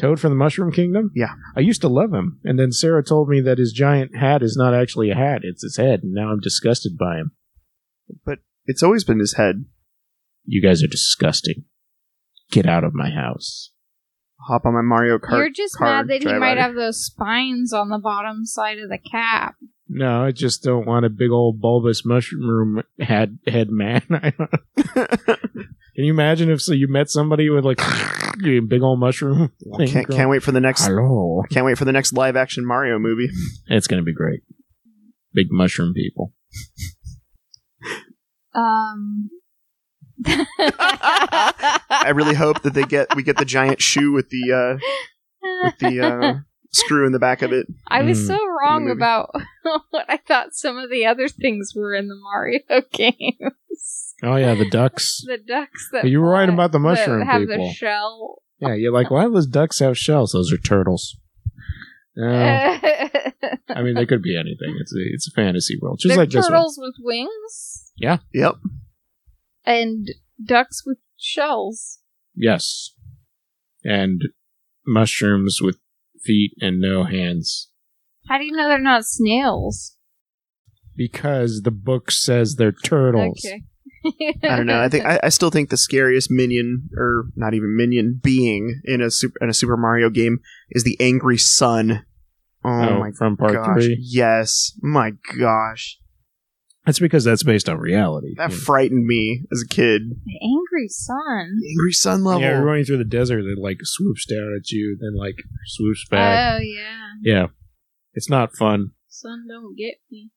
A: Toad from the Mushroom Kingdom?
C: Yeah.
A: I used to love him. And then Sarah told me that his giant hat is not actually a hat, it's his head. And now I'm disgusted by him.
C: It's always been his head.
A: You guys are disgusting. Get out of my house.
C: Hop on my Mario Kart.
B: you're just
C: car,
B: mad that he
C: drive
B: might
C: out.
B: have those spines on the bottom side of the cap
A: No, I just don't want a big old bulbous mushroom head, head man. I don't- Can you imagine if so you met somebody with like a big old mushroom? thing
C: Can't,
A: growing-
C: can't wait for the next.
A: Hello.
C: Can't wait for the next live action Mario movie.
A: It's going to be great. Big mushroom people.
B: um
C: I really hope that they get we get the giant shoe with the uh, with the uh, screw in the back of it.
B: I was
A: Mm.
B: so wrong
C: movie.
B: about what I thought some of the other things were in the Mario games.
A: Oh, yeah, the ducks.
B: the ducks that
A: you were right
B: fly-
A: about the
B: that
A: mushroom
B: have
A: people.
B: the shell
A: yeah, you're like, why do those ducks have shells? Those are turtles. No, I mean, they could be anything. It's a, it's a fantasy world. Just
B: They're
A: like this one.
B: turtles with wings
C: Yep.
B: and ducks with shells.
A: Yes. And mushrooms with feet and no hands.
B: How do you know they're not snails?
A: Because the book says they're turtles.
B: Okay.
C: I don't know. I think I, I still think the scariest minion, or not even minion, being in a super, in a Super Mario game is the angry sun. Oh,
A: Oh,
C: my
A: from part
C: gosh!
A: three.
C: Yes, my gosh.
D: That's because that's based on reality.
C: That
A: Hmm.
D: you know.
C: frightened me as a kid.
B: The angry sun.
C: Angry Sun level.
A: Yeah, you're running through the desert. It like swoops down at you, then like swoops back.
B: Oh yeah,
A: yeah, it's not fun.
B: sun don't get me.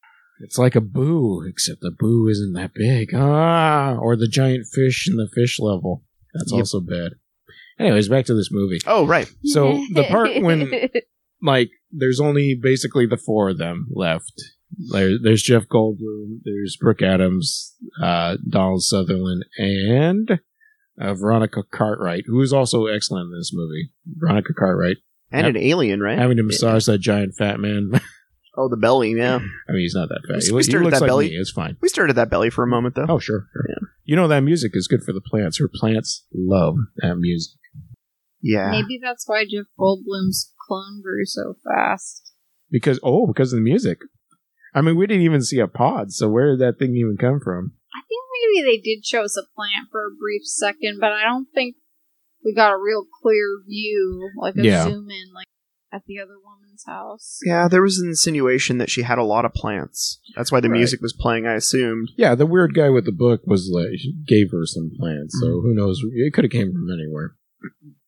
A: It's like a boo, except the boo isn't that big. Ah, or the giant fish in the fish level. That's
D: Yep.
A: also bad. Anyways, back to this movie.
C: oh, right.
A: So, the part when- Like, there's only basically the four of them left. There, there's Jeff Goldblum, there's Brooke Adams, uh, Donald Sutherland, and uh, Veronica Cartwright, who is also excellent in this movie. Veronica Cartwright
C: And an alien, right?
A: having to massage that giant fat man.
C: Oh, the belly, yeah.
A: I mean, he's not that fat.
C: We
A: He, loo- he
C: started
A: looks
C: that
A: like
C: belly-
A: me. It's fine.
C: We started that belly for a moment, though.
A: Oh, sure. sure. You know, that music is good for the plants. Her plants love that music.
C: Yeah.
B: Maybe that's why Jeff Goldblum's clone grew so fast.
A: Because, oh, because of the music. I mean, we didn't even see a pod, so where did that thing even come from?
B: I think maybe they did show us a plant for a brief second, but I don't think we got a real clear view, like a
A: Yeah.
B: zoom in, like at the other woman's house.
C: Yeah, there was an insinuation that she had a lot of plants. That's why the
A: Right.
C: music was playing, I assumed.
A: Yeah, the weird guy with the book was like, gave her some plants, so who knows? It could have came from anywhere.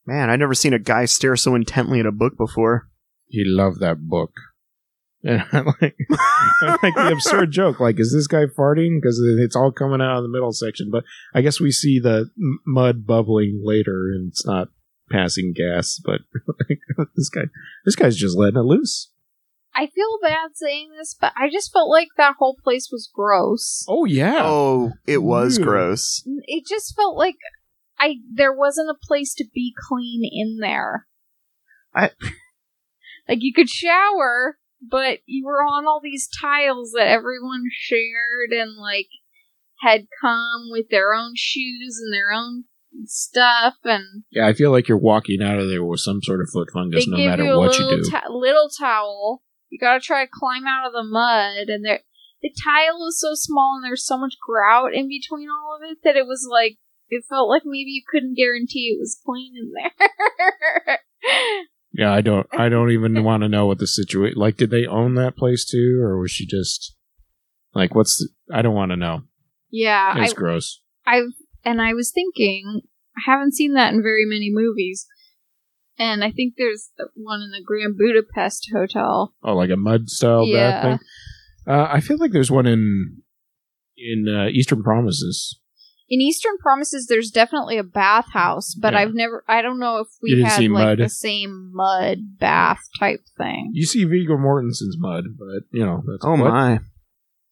C: Man, I'd never seen a guy stare so intently at a book before.
A: He loved that book. And I'm like, I'm like the absurd joke, like, is this guy farting? Because it's all coming out of the middle section. But I guess we see the m- mud bubbling later, and it's not passing gas. But this guy, this guy's just letting it loose.
B: I feel bad saying this, but I just felt like that whole place was gross.
A: Oh yeah,
C: Oh, it was
A: Ew.
C: gross.
B: It just felt like I there wasn't a place to be clean in there.
C: I-
B: like you could shower, but you were on all these tiles that everyone shared and like had come with their own shoes and their own stuff and
A: yeah. I feel like you're walking out of there with some sort of foot fungus,
B: they
A: no
B: give
A: matter
B: you a
A: what you
B: little,
A: do.
B: to- little towel. You gotta try to climb out of the mud, and there, the tile is so small, and there's so much grout in between all of it that it was like it felt like maybe you couldn't guarantee it was clean in there.
A: yeah, I don't. I don't even want to know what the situation. Like, did they own that place too, or was she just like, what's? The, I don't want to know.
B: yeah, I,
A: It's gross.
B: and I was thinking, I haven't seen that in very many movies, and I think there's one in the Grand Budapest Hotel.
A: Oh, like a mud style
B: Yeah.
A: bath thing. Uh, I feel like there's one in in uh, Eastern Promises.
B: In Eastern Promises, there's definitely a bathhouse, but
A: Yeah.
B: I've never, I don't know if
A: You
B: we
A: didn't
B: had
A: see
B: like
A: mud?
B: the same mud bath type thing.
A: You see Viggo Mortensen's mud, but you know. That's
C: Oh,
A: what-
C: my.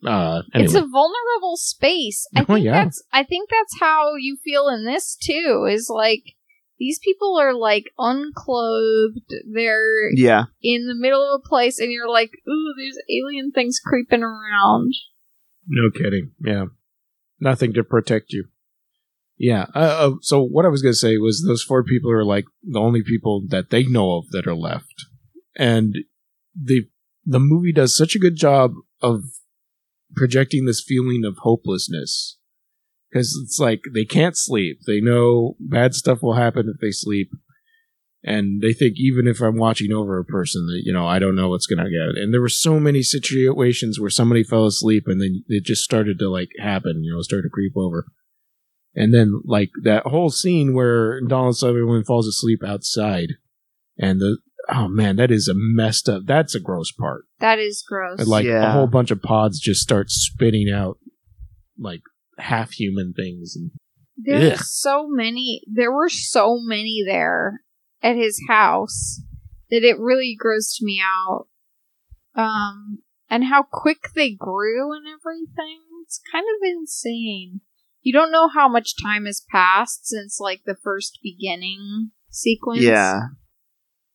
A: Uh, anyway,
B: It's a vulnerable space. I
A: Oh,
B: think
A: yeah.
B: that's, I think that's how you feel in this too. Is like these people are like unclothed. They're
C: Yeah.
B: in the middle of a place, and you're like, ooh, there's alien things creeping around.
A: no kidding. Yeah, nothing to protect you. Yeah. Uh, uh, so what I was gonna say was those four people are like the only people that they know of that are left, and the the movie does such a good job of projecting this feeling of hopelessness because it's like they can't sleep. They know bad stuff will happen if they sleep, and they think even if I'm watching over a person, that you know I don't know what's going to happen. And there were so many situations where somebody fell asleep and then it just started to like happen. You know, started to creep over. And then, like that whole scene where Donald Sutherland falls asleep outside, and the oh man, that is a messed up. That's a gross part.
B: That is gross.
A: And, like a
C: Yeah.
A: whole bunch of pods just start spitting out like half human things. And
B: There were
A: Ugh.
B: so many. There were so many there at his house that it really grossed me out. Um, and how quick they grew and everything. It's kind of insane. You don't know how much time has passed since like the first beginning sequence.
C: Yeah.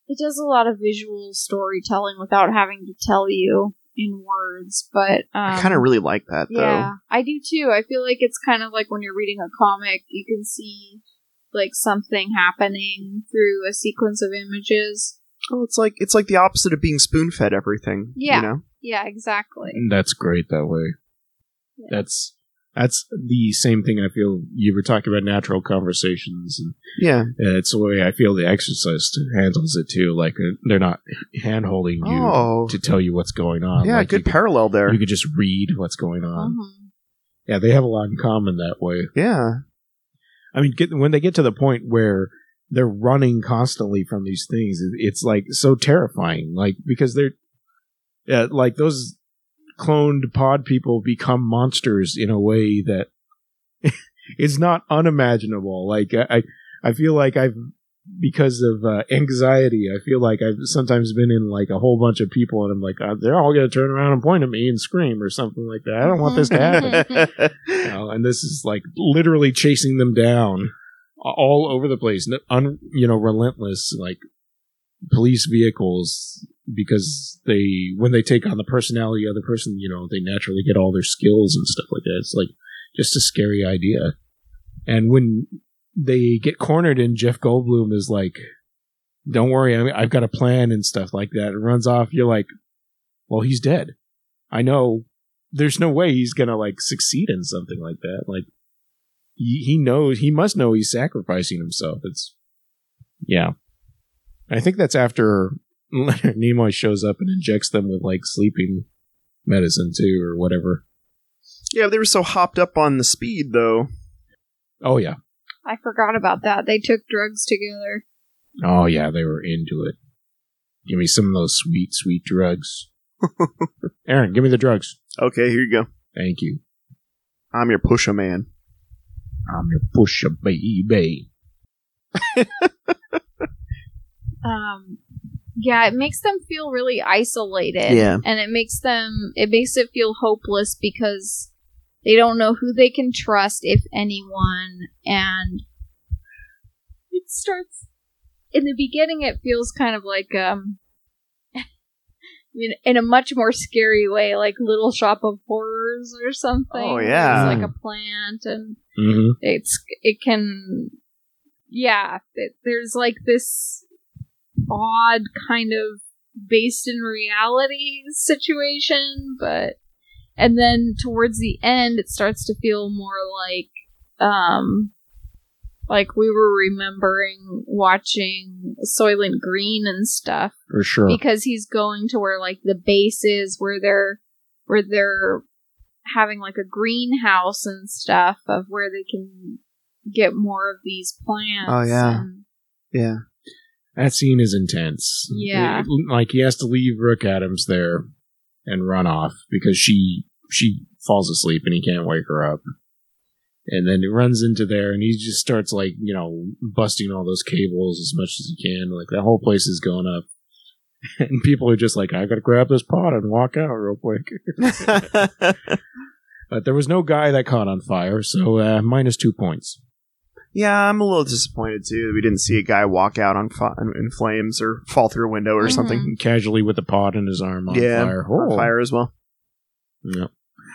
B: It does a lot of visual storytelling without having to tell you in words, but um,
C: I kind of really like that, though.
B: yeah, I do too. I feel like it's kind of like when you're reading a comic, you can see like something happening through a sequence of images.
C: Well, it's like it's like the opposite of being spoon fed everything.
B: Yeah.
C: You know?
B: Yeah, exactly.
A: that's great that way. That's That's the same thing I feel you were talking about natural conversations, and,
C: Yeah.
A: and it's the way I feel the exorcist handles it too. Like uh, they're not hand holding you
C: Oh.
A: to tell you what's going on.
C: Yeah,
A: Like,
C: good
A: You
C: parallel there.
A: could, you could just read what's going on.
B: Mhm.
A: Yeah, they have a lot in common that way.
C: yeah.
A: I mean, get, when they get to the point where they're running constantly from these things, it, it's like so terrifying. Like because they're uh, like those cloned pod people become monsters in a way that is not unimaginable. Like I, I I feel like I've because of uh, anxiety, I feel like I've sometimes been in like a whole bunch of people, and I'm like, uh, they're all going to turn around and point at me and scream or something like that. I don't want this to happen you know, and this is like literally chasing them down all over the place, n- un, you know, relentless like police vehicles because they when they take on the personality of the person, you know, they naturally get all their skills and stuff like that. It's like just a scary idea. And when they get cornered, and Jeff Goldblum is like, "Don't worry, I- I've got a plan and stuff like that," and runs off. You're like, "Well, he's dead. I know there's no way he's gonna like succeed in something like that. Like he, he knows he must know he's sacrificing himself. It's yeah. I think that's after Leonard Nimoy shows up and injects them with like sleeping medicine too or whatever.
C: yeah, they were so hopped up on the speed, though.
A: Oh yeah.
B: I forgot about that. They took drugs together.
A: Oh yeah, they were into it. Give me some of those sweet, sweet drugs. Aaron, give me the drugs.
C: Okay, here you go.
A: Thank you.
C: I'm your pusher man.
A: I'm your pusher baby.
B: Um, yeah, it makes them feel really isolated.
C: Yeah.
B: and it makes them it makes it feel hopeless because they don't know who they can trust, if anyone, and it starts in the beginning. It feels kind of like um. In, in a much more scary way, like Little Shop of Horrors or something.
C: Oh,
B: where
C: yeah.
B: it's like a plant, and
A: hmm
B: it's it can yeah it, there's like this odd kind of based in reality situation but and then towards the end it starts to feel more like um like we were remembering watching Soylent Green and stuff
A: For sure.
B: because he's going to where like the base is where they're where they're having like a greenhouse and stuff of where they can get more of these plants
C: Oh, yeah.
B: and-
C: Yeah.
A: That scene is intense.
B: Yeah.
A: It- like he has to leave Brooke Adams there and run off because she she falls asleep and he can't wake her up. And then he runs into there and he just starts like, you know, busting all those cables as much as he can. Like the whole place is going up. And people are just like, I gotta grab this pot and walk out real quick. But there was no guy that caught on fire, so uh, minus two points.
C: yeah, I'm a little disappointed, too. that We didn't see a guy walk out on fi- in flames or fall through a window or
B: Mhm.
C: something.
A: Casually with the pot in his arm on
C: Yeah,
A: fire.
C: On
A: Oh.
C: fire as well.
A: No.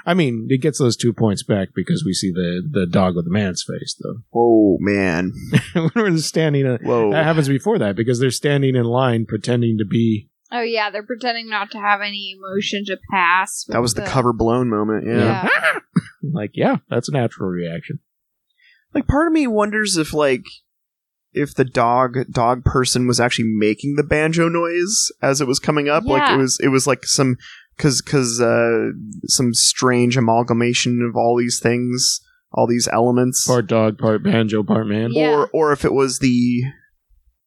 A: I mean, it gets those two points back because we see the, the dog with the man's face, though.
C: Oh, man.
A: when we're standing, in,
C: Whoa.
A: that happens before that because they're standing in line pretending to be.
B: oh yeah they're pretending not to have any emotion to pass
C: That
B: with
C: was the cover blown moment. Yeah.
B: Yeah.
A: "Ah!" like, yeah, that's a natural reaction.
C: Like part of me wonders if like if the dog dog person was actually making the banjo noise as it was coming up. Like
B: Yeah.
C: it was it was like some cause cause uh some strange amalgamation of all these things, all these elements.
A: Part dog, part banjo, part man.
B: Yeah.
C: Or or if it was the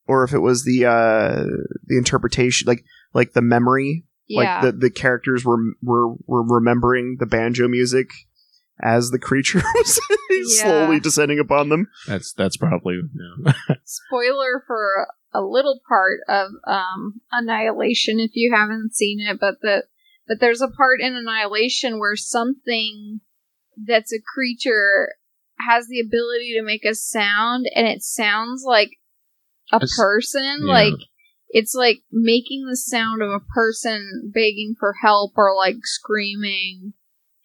C: or if it was the uh the interpretation like like the memory
B: yeah
C: like the, the characters were, were were remembering the banjo music as the creature was
B: Yeah.
C: slowly descending upon them.
A: That's that's probably no.
B: spoiler for a little part of um, Annihilation if you haven't seen it, but the but there's a part in Annihilation where something that's a creature has the ability to make a sound, and it sounds like a
A: It's-
B: person,
A: yeah.
B: like. It's like making the sound of a person begging for help or like screaming,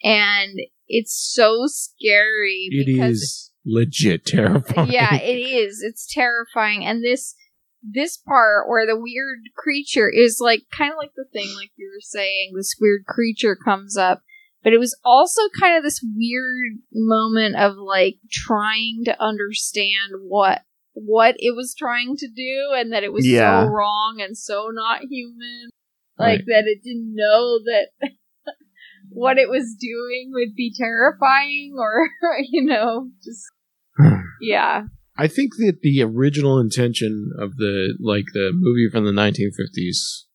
B: and it's so scary
A: it
B: because
A: is legit terrifying.
B: yeah it is it's terrifying and this this part where the weird creature is like kind of like the thing like you were saying this weird creature comes up But it was also kind of this weird moment of like trying to understand what what it was trying to do and that it was
C: Yeah.
B: so wrong and so not human.
A: Right.
B: Like that it didn't know that what it was doing would be terrifying or you know, just yeah.
A: I think that the original intention of the like the movie from the 1950s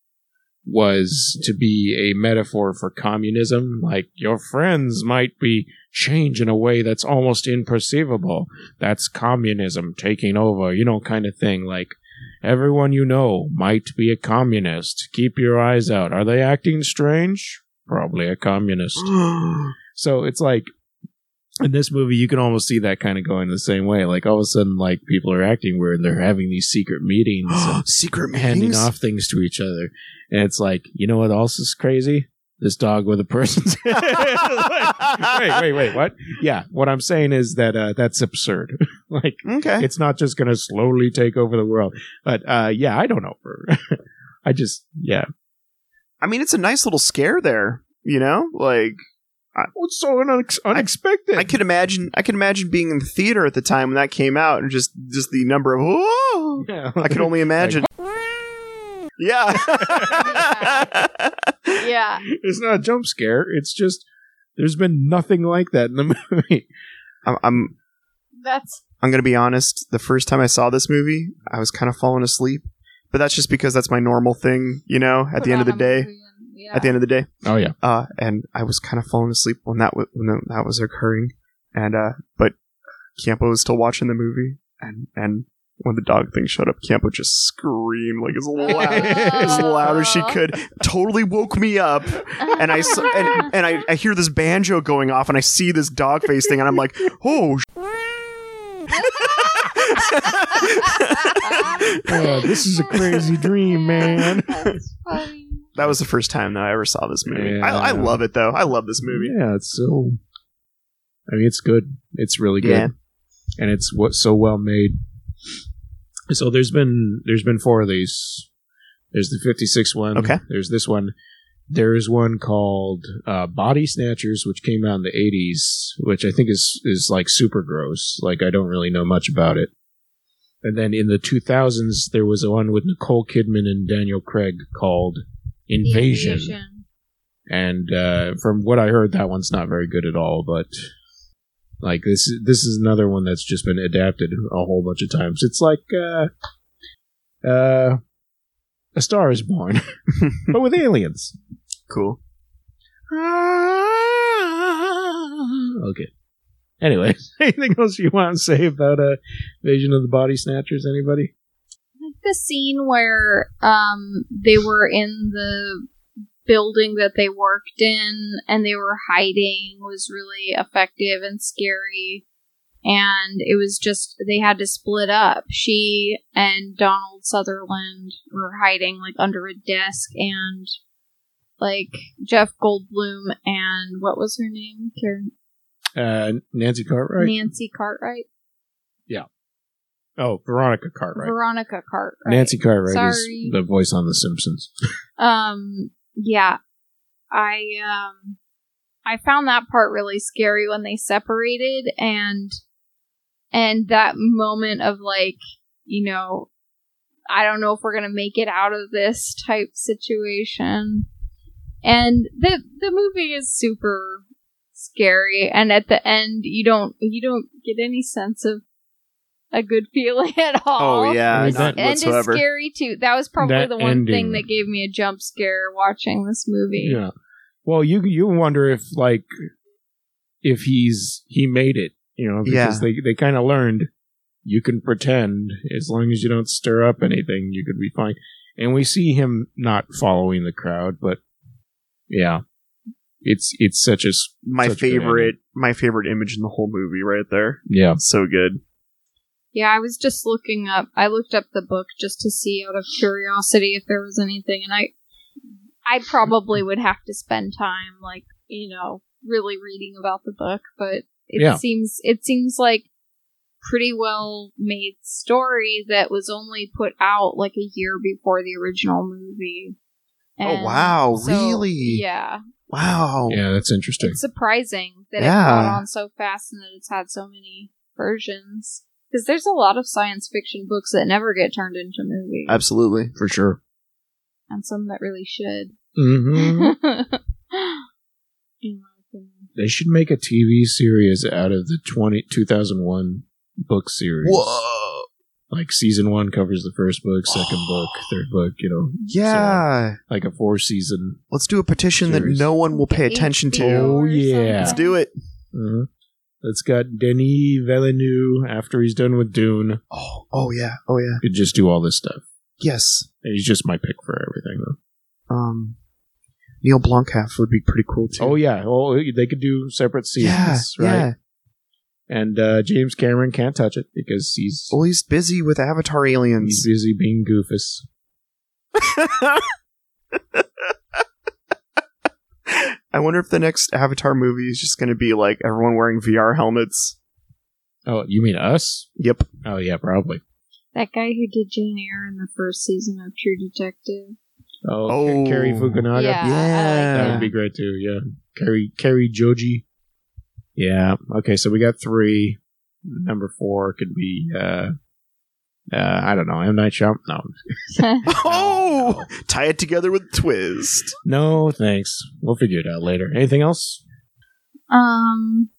A: was to be a metaphor for communism, like your friends might be changed in a way that's almost imperceivable. That's communism taking over, you know, kind of thing. Like everyone you know might be a communist. Keep your eyes out. Are they acting strange? Probably a communist. So it's like in this movie, you can almost see that kind of going the same way. Like all of a sudden, like people are acting weird. They're having these secret meetings, and
C: Secret
A: handing
C: meetings.
A: off things to each other, and it's like, you know what else is crazy? This dog with a person's head. Like, wait, wait, wait, what? Yeah, what I'm saying is that uh, that's absurd. like
C: Okay.
A: it's not just going to slowly take over the world. But uh, yeah, I don't know. I just yeah.
C: I mean, it's a nice little scare there. You know, like
A: Well, it's so unex- unexpected.
C: I could imagine. I could imagine being in the theater at the time when that came out, and just just the number of whoa.
A: yeah.
C: I could only imagine. yeah.
B: Yeah.
A: it's not a jump scare. It's just there's been nothing like that in the movie.
C: I'm, I'm
B: That's
C: I'm gonna be honest. The first time I saw this movie, I was kind of falling asleep, but that's just because that's my normal thing. You know, at the end of the day. At the end of the day.
A: Oh yeah,
C: uh, and I was kind of falling asleep when that was, when that was occurring, and uh, but Campo was still watching the movie, and and when the dog thing showed up, Campo just screamed like as loud as loud as she could, totally woke me up, and I s- and, and I, I hear this banjo going off, and I see this dog face thing, and I'm like, oh.
A: Uh, this is a crazy dream, man.
B: That's funny.
C: That was the first time that I ever saw this movie. I, I
A: Yeah.
C: love it though. I love this movie.
A: yeah. It's so. I mean, it's good. It's really good,
C: Yeah.
A: and it's what so well made. So there's been there's been four of these. There's the 56 one.
C: Okay.
A: There's this one. There is one called uh, Body Snatchers, which came out in the 80s, which I think is is like super gross. Like I don't really know much about it. And then in the 2000s, there was one with Nicole Kidman and Daniel Craig called Invasion. And uh, from what I heard, that one's not very good at all. But like this, this is another one that's just been adapted a whole bunch of times. It's like uh, uh, a Star is Born, but with aliens.
C: Cool.
A: okay. Anyway, anything else you want to say about uh, Invasion of the Body Snatchers? Anybody?
B: Like the scene where um they were in the building that they worked in and they were hiding was really effective and scary. And it was just they had to split up. She and Donald Sutherland were hiding like under a desk and like Jeff Goldblum and what was her name? Karen
A: Uh, Nancy Cartwright?
B: Nancy Cartwright.
A: oh, Veronica Cartwright.
B: Veronica Cartwright.
A: Nancy Cartwright
B: Sorry.
A: is the voice on The Simpsons.
B: Um, yeah, I um, I found that part really scary when they separated, and and that moment of like, you know, I don't know if we're gonna make it out of this type situation, and the the movie is super scary, and at the end, you don't you don't get any sense of a good feeling at all.
C: Oh yeah,
A: I mean,
C: not
A: that-
B: And it's
C: whatsoever.
B: scary too. That was probably
A: That
B: the one
A: ending.
B: thing that gave me a jump scare watching this movie.
A: Yeah. Well, you you wonder if like if he's he made it, you know, because
C: Yeah.
A: they they kind of learned you can pretend as long as you don't stir up anything, you could be fine. And we see him not following the crowd, but yeah, it's it's such a s-
C: my
A: Such a good
C: favorite my favorite image in the whole movie right there.
A: yeah.
C: So good.
B: Yeah, I was just looking up. I looked up the book just to see out of curiosity if there was anything, and I, I probably would have to spend time like you know really reading about the book, but it
A: Yeah.
B: seems it seems like pretty well made story that was only put out like a year before the original movie.
C: oh wow,
B: so-
C: really?
B: Yeah.
C: Wow.
A: Yeah, that's interesting.
B: It's surprising that
C: Yeah.
B: it caught on so fast and that it's had so many versions. Because there's a lot of science fiction books that never get turned into movies,
C: Absolutely.
A: for sure.
B: and some that really should.
A: hmm
B: Mm-hmm.
C: Mm-hmm.
B: In my opinion.
A: They should make a TV series out of the 20, 2001 book series.
C: Whoa.
A: Like season one covers the first book, second book, third book, you know,
C: Yeah.
A: like a four season.
C: Let's do a petition
A: Serious.
C: that no one will pay attention to.
A: Oh, yeah.
C: Let's do it.
A: hmm That's got Denis Villeneuve after he's done with Dune.
C: Oh, oh yeah. Oh yeah.
A: Could just do all this stuff.
C: Yes.
A: He's just my pick for everything, though.
C: Um Neil Blomkamp would be pretty cool too.
A: Oh yeah, well they could do separate
C: yeah.
A: seasons, right?
C: Yeah.
A: And uh, James Cameron can't touch it because he's
C: Well, he's busy with Avatar
A: he's
C: aliens.
A: busy being goofus.
C: I wonder if the next Avatar movie is just going to be like everyone wearing VR helmets.
A: Oh, you mean us?
C: Yep.
A: Oh yeah, probably.
B: That guy who did Jane Eyre in the first season of True Detective.
A: Oh,
C: Oh.
A: Ka- Cary Fukunaga.
B: Yeah,
C: Yeah.
B: I
A: That
B: like
A: would
B: him.
A: be great too. Yeah, Cary Cary Joji. Yeah. Okay, so we got three. Number four could be. uh uh, I don't know. M Night Shyam. No,
C: Oh, tie it together with a twist.
A: no, thanks. We'll figure it out later. Anything else?
B: Um,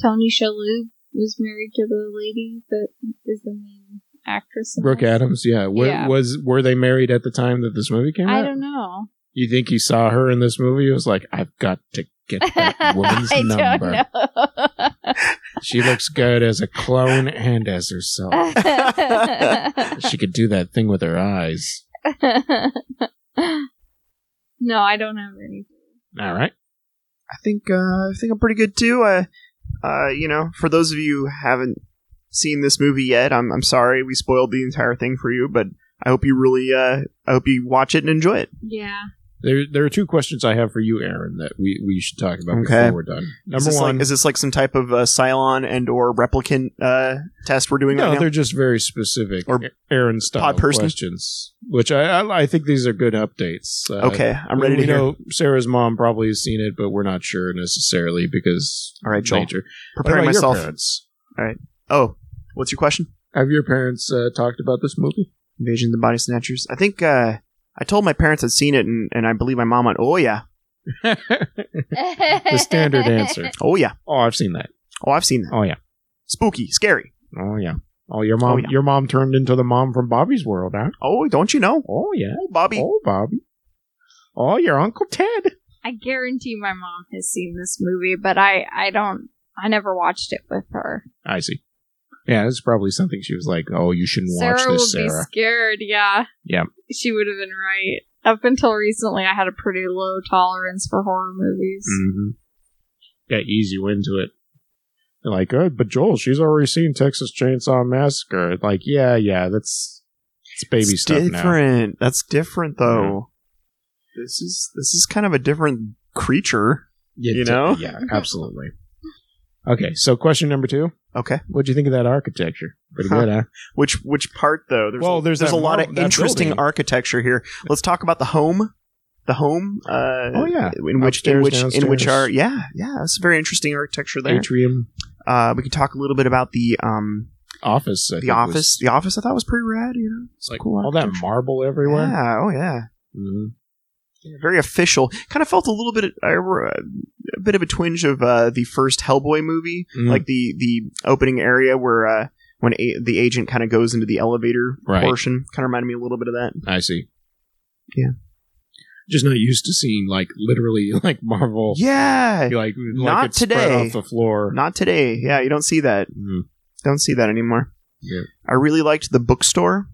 B: Tony Shalhoub was married to the lady that is the main actress. in
A: Brooke
B: this.
A: Adams. Yeah. Wa-
B: Yeah.
A: Was were they married at the time that this movie came
B: I
A: out?
B: don't know.
A: you think he saw her in this movie? He was like, I've got to get that woman's
B: I
A: number.
B: don't know.
A: She looks good as a clone and as herself. she could do that thing with her eyes.
B: no, I don't have any.
A: All right.
C: I think uh, I think I'm pretty good too. Uh, uh, you know, for those of you who haven't seen this movie yet, I'm I'm sorry we spoiled the entire thing for you, but I hope you really uh, I hope you watch it and enjoy it.
B: Yeah.
A: There, there are two questions I have for you, Aaron, that we, we should talk about
C: Okay.
A: before we're done.
C: Is
A: Number
C: this
A: one,
C: like, is this like some type of uh, Cylon and or replicant uh, test we're doing
A: no,
C: right now?
A: they're just very specific
C: Or
A: Aaron style
C: pod person?
A: questions, which I, I I think these are good updates. Uh,
C: Okay, I'm ready
A: we
C: to hear.
A: know Sarah's mom probably has seen it, but we're not sure necessarily because
C: All right, Joel.
A: nature. What
C: Preparing
A: about your
C: myself.
A: parents?
C: Oh, what's your question?
A: Have your parents uh, talked about this movie?
C: Invasion of the Body Snatchers. I think uh, I told my parents I'd seen it, and, and I believe my mom went, "Oh yeah,
A: The standard answer.
C: oh yeah,
A: Oh, I've seen that.
C: oh I've seen that.
A: Oh yeah.
C: Spooky, scary.
A: Oh yeah. Oh, your mom.
C: Oh, yeah.
A: Your mom turned into the mom from Bobby's World, huh?
C: Oh, don't you know?
A: Oh yeah.
C: Oh, Bobby.
A: Oh Bobby. Oh, your uncle Ted.
B: I guarantee my mom has seen this movie, but I, I don't. I never watched it with her.
A: I see. Yeah, that's probably something she was like, "Oh, you shouldn't watch
B: Sarah
A: this,
B: would be
A: Sarah."
B: scared. Yeah.
A: Yeah.
B: She would have been right. Up until recently, I had a pretty low tolerance for horror movies.
A: Mm-hmm. Got easy win to it. They're like, oh, but Joel, she's already seen Texas Chainsaw Massacre. Like, yeah, yeah, that's it's baby
C: It's
A: stuff now.
C: different. That's different though. This is this is kind of a different creature.
A: Yeah,
C: you
A: di-
C: know?
A: yeah, absolutely. Okay, so question number two:
C: Okay.
A: What'd you think of that architecture? Pretty
C: Huh.
A: good, huh?
C: Which which part though? There's
A: Well,
C: a,
A: there's
C: there's
A: that
C: a lot
A: mar-
C: of
A: that
C: interesting
A: building.
C: architecture here. Let's talk about the home. The home. Uh,
A: Oh, yeah.
C: In which in
A: Upstairs,
C: which in which
A: downstairs.
C: are yeah yeah. That's very interesting architecture there.
A: Atrium
C: Uh, we can talk a little bit about the um
A: office. I think,
C: the
A: was-
C: office. The office I thought was pretty rad. You know,
A: it's like
C: cool
A: all that
C: architecture.
A: marble everywhere.
C: Yeah. Oh yeah.
A: Mhm.
C: very official. Kind of felt a little bit, uh, a bit of a twinge of uh, the first Hellboy movie,
A: Mm.
C: like the the opening area where uh, when a- the agent kind of goes into the elevator
A: Right.
C: portion. Kind of reminded me a little bit of that.
A: I see.
C: Yeah.
A: Just not used to seeing like literally like Marvel.
C: Yeah,
A: Like, like
C: Not
A: it's spread
C: today.
A: off the floor.
C: not today. Yeah, you don't see that.
A: Mm.
C: Don't see that anymore.
A: Yeah.
C: I really liked the bookstore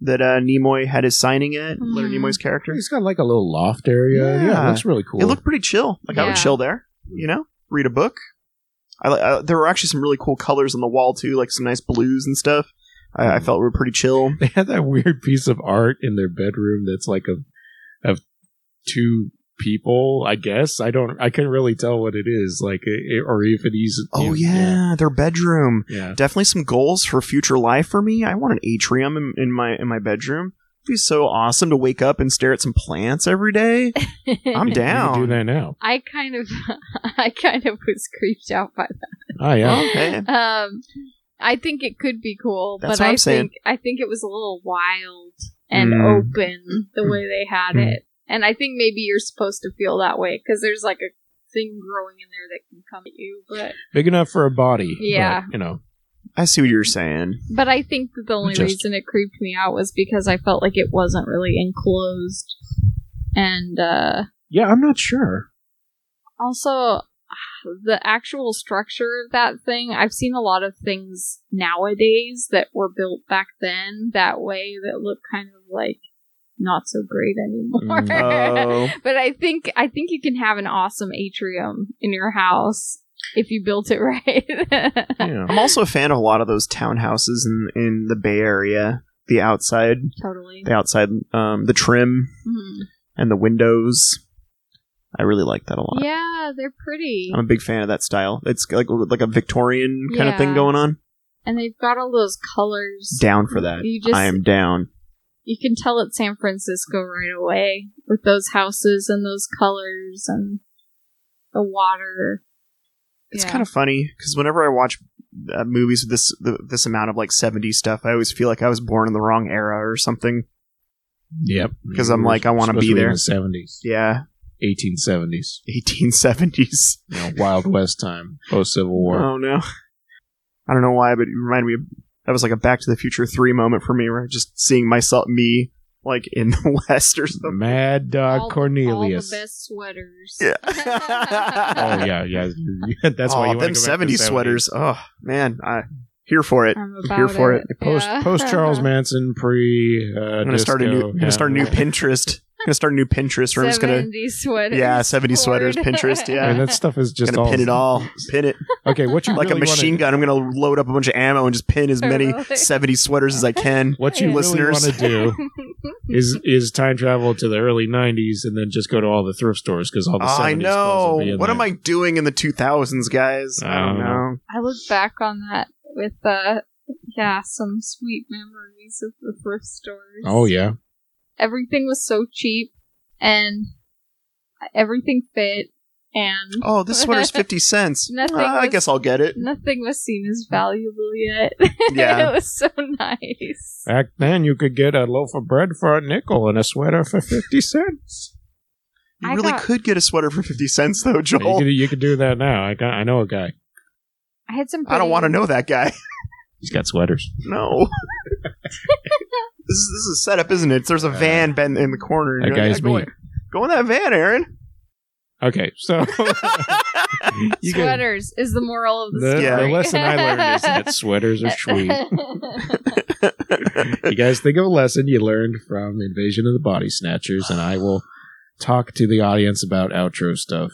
C: that uh, Nimoy had his signing at.
B: Mhm.
C: Leonard Nimoy's character.
A: He's got like a little loft area. Yeah,
C: Yeah.
A: it looks really cool.
C: It looked pretty chill. Like I
B: Yeah.
C: would chill there, you know, read a book. I, li- uh there were actually some really cool colors on the wall too, like some nice blues and stuff. I, I felt were pretty chill.
A: they had that weird piece of art in their bedroom that's like of of two people. I guess I don't. I couldn't really tell what it is. Like, it, or if it is.
C: Oh
A: yeah,
C: yeah, their bedroom.
A: yeah.
C: Definitely some goals for future life for me. I want an atrium in, in my in my bedroom. be so awesome to wake up and stare at some plants every day. I'm
A: You can
C: down.
A: do that now.
B: I kind of, I kind of was creeped out by
A: Oh yeah.
C: Okay.
B: that. Um, I think it could be cool,
C: That's
B: but
C: what
B: I
C: I'm saying.
B: think I think it was a little wild and
C: Mm.
B: open the way they
C: Hmm.
B: had
A: Mm.
B: it, and I think maybe you're supposed to feel that way because there's like a thing growing in there that can come at you, but
A: Big enough for a body.
B: Yeah.
A: but, you know.
C: I see what you're saying.
B: But I think that the only
A: Just-
B: reason it creeped me out was because I felt like it wasn't really enclosed. And uh,
A: Yeah, I'm not sure.
B: also, the actual structure of that thing, I've seen a lot of things nowadays that were built back then that way that look kind of like not so great anymore.
C: Oh,
B: but I think I think you can have an awesome atrium in your house if you built it right.
A: Yeah.
C: I'm also a fan of a lot of those townhouses in in the Bay Area. The outside,
B: totally.
C: the outside, um, the trim
B: Mhm.
C: and the windows. I really like that a lot.
B: Yeah, they're pretty.
C: I'm a big fan of that style. It's like like a Victorian kind of thing
B: Yeah.
C: going on.
B: and they've got all those colors.
C: Down for that.
B: You just-
C: I am down.
B: You can tell it's San Francisco right away with those houses and those colors and the water.
C: It's kind of funny because whenever I watch uh, movies with this the, this amount of like 70s stuff, I always feel like I was born in the wrong era or something.
A: Yep.
C: 'Cause I'm like, I wanna
A: Supposed
C: be
A: in
C: there.
A: the seventies.
C: Yeah,
A: 1870s.
C: 1870s.
A: You know, Wild West time, post Civil War.
C: Oh no, I don't know why, but it reminded me. Of, that was like a Back to the Future three moment for me, where I'm just seeing myself, me, like in the West or something.
A: Mad Dog
B: All-
A: Cornelius.
B: All the best sweaters.
C: Yeah.
A: oh yeah, yeah. That's why
C: Aw,
A: you
C: them 70s sweaters. Oh man, I here for it.
B: I'm
C: Here
B: about
C: for it.
A: Post
B: Yeah.
A: post Charles Manson, pre. Uh,
C: I'm gonna start a new. I'm gonna start a new Pinterest. I'm gonna start a new Pinterest. Where I'm just gonna
B: 70s sweaters.
C: yeah, 70s sweaters,
B: Ford.
C: Pinterest, yeah.
A: I mean, that stuff is just
C: gonna
A: all
C: pin it all. Pin it
A: Okay, what you
C: like
A: really
C: a machine
A: wanna,
C: gun. I'm gonna load up a bunch of ammo and just pin as many
B: Really?
C: 70s sweaters as I can.
A: What you really
C: Listeners.
A: want to do is is time travel to the early '90s and then just go to all the thrift stores because all the
C: Ah, I
A: 70s clothes will
C: know.
A: be in
C: What
A: there.
C: am I doing in the 2000s, guys? I don't
A: I don't
C: know.
B: I look back on that with uh, yeah, some sweet memories of the thrift stores.
A: Oh yeah,
B: everything was so cheap and everything fit and
C: Oh, this sweater's 50 cents.
B: Nothing
C: Ah, I
B: was-
C: guess I'll get it.
B: nothing was seen as valuable yet.
C: Yeah.
B: it was so nice.
A: back then you could get a loaf of bread for a nickel and a sweater for fifty cents.
C: You
B: I
C: really
B: got-
C: could get a sweater for 50 cents, though,
A: You
C: Joel.
A: could, you could do that now. I got, I know a guy.
B: I had some.
C: I don't want to know that guy.
A: He's got sweaters.
C: No. this, is, this is a setup, isn't it? There's a
A: Uh,
C: van bent in the corner.
A: That
C: You're like,
A: guy's
C: "Yeah, go
A: me.
C: in- Go in that van, Aaron.
A: Okay, so you could-
B: Sweaters is the moral of the,
A: The,
B: story.
C: Yeah.
A: the lesson I learned is that sweaters are sweet. you guys think of a lesson you learned from Invasion of the Body Snatchers, and I will talk to the audience about outro stuff.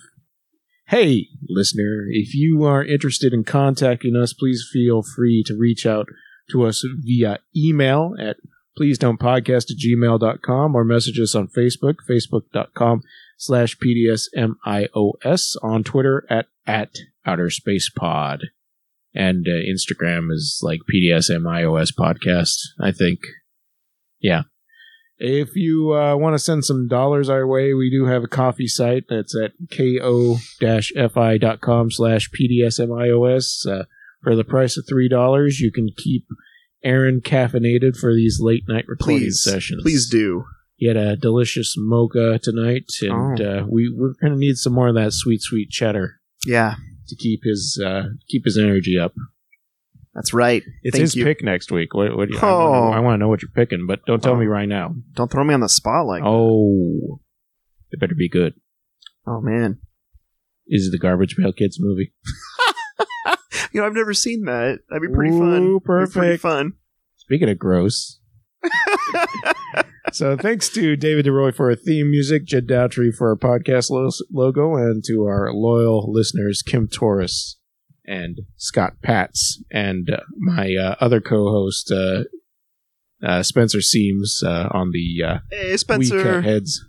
A: Hey, listener, if you are interested in contacting us, please feel free to reach out to us via email at please don't podcast at gmail.com or message us on Facebook, facebook.com slash PDSMIOS, on Twitter at, at Outer Space Pod and uh, Instagram is like PDSMIOS podcast, I think. Yeah. If you uh, want to send some dollars our way, we do have a coffee site that's at ko-fi.com slash PDSMIOS. Uh, for the price of $3, you can keep Aaron caffeinated for these late night recording
C: Please,
A: sessions.
C: please do.
A: He had a delicious mocha tonight,
C: Oh.
A: and uh, we, we're going to need some more of that sweet, sweet cheddar
C: Yeah,
A: to keep his uh, keep his energy up.
C: that's right.
A: It's
C: Thank
A: his
C: you.
A: pick next week. What, what do you,
C: Oh.
A: I want to know what you're picking, but don't tell
C: Oh.
A: me right now.
C: Don't throw me on the spot like. Oh,
A: oh, it better be good.
C: man,
A: Is it the Garbage Pail Kids movie?
C: you know I've never seen that. That'd be pretty fun.
A: Ooh,
C: That'd be pretty
A: perfect.
C: fun.
A: Speaking of gross. so thanks to David DeRoy for our theme music, Jed Dowtry for our podcast lo- logo, and to our loyal listeners, Kim Torres and Scott Patz, and uh, my uh, other co-host, uh, uh, Spencer Seams, uh, on the uh,
C: Hey,
A: We Cut
C: Spencer.
A: Heads,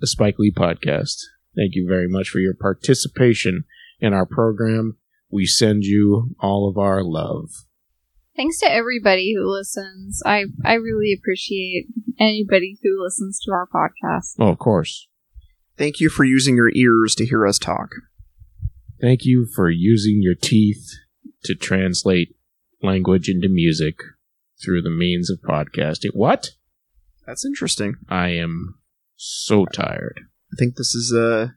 A: the Spike Lee podcast. Thank you very much for your participation in our program. We send you all of our love.
B: Thanks to everybody who listens. I I really appreciate anybody who listens to our podcast.
A: Oh, of course.
C: Thank you for using your ears to hear us talk.
A: Thank you for using your teeth to translate language into music through the means of podcasting. What?
C: That's interesting.
A: I am so tired.
C: I think this is uh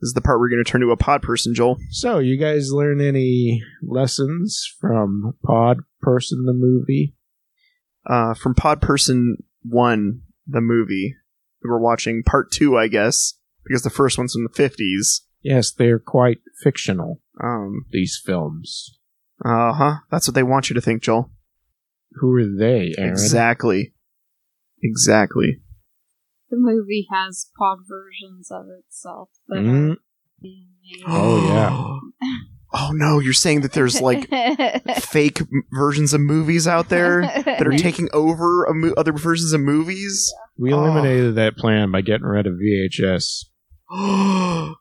C: this is the part we're going to turn to a pod person, Joel.
A: So, you guys learn any lessons from Pod Person the movie?
C: Uh, from Pod Person One, the movie we're watching part two, I guess, because the first one's from the fifties.
A: Yes, they're quite fictional,
C: Um,
A: these films.
C: uh huh. That's what they want you to think, Joel.
A: Who are they, Aaron?
C: Exactly. Exactly.
B: The movie has pod versions of itself. That
A: Mm.
B: are being made.
A: Oh, yeah.
C: oh no, you're saying that there's like fake m- versions of movies out there that are taking over a mo- other versions of movies.
A: We
C: Oh.
A: eliminated that plan by getting rid of VHS.
C: All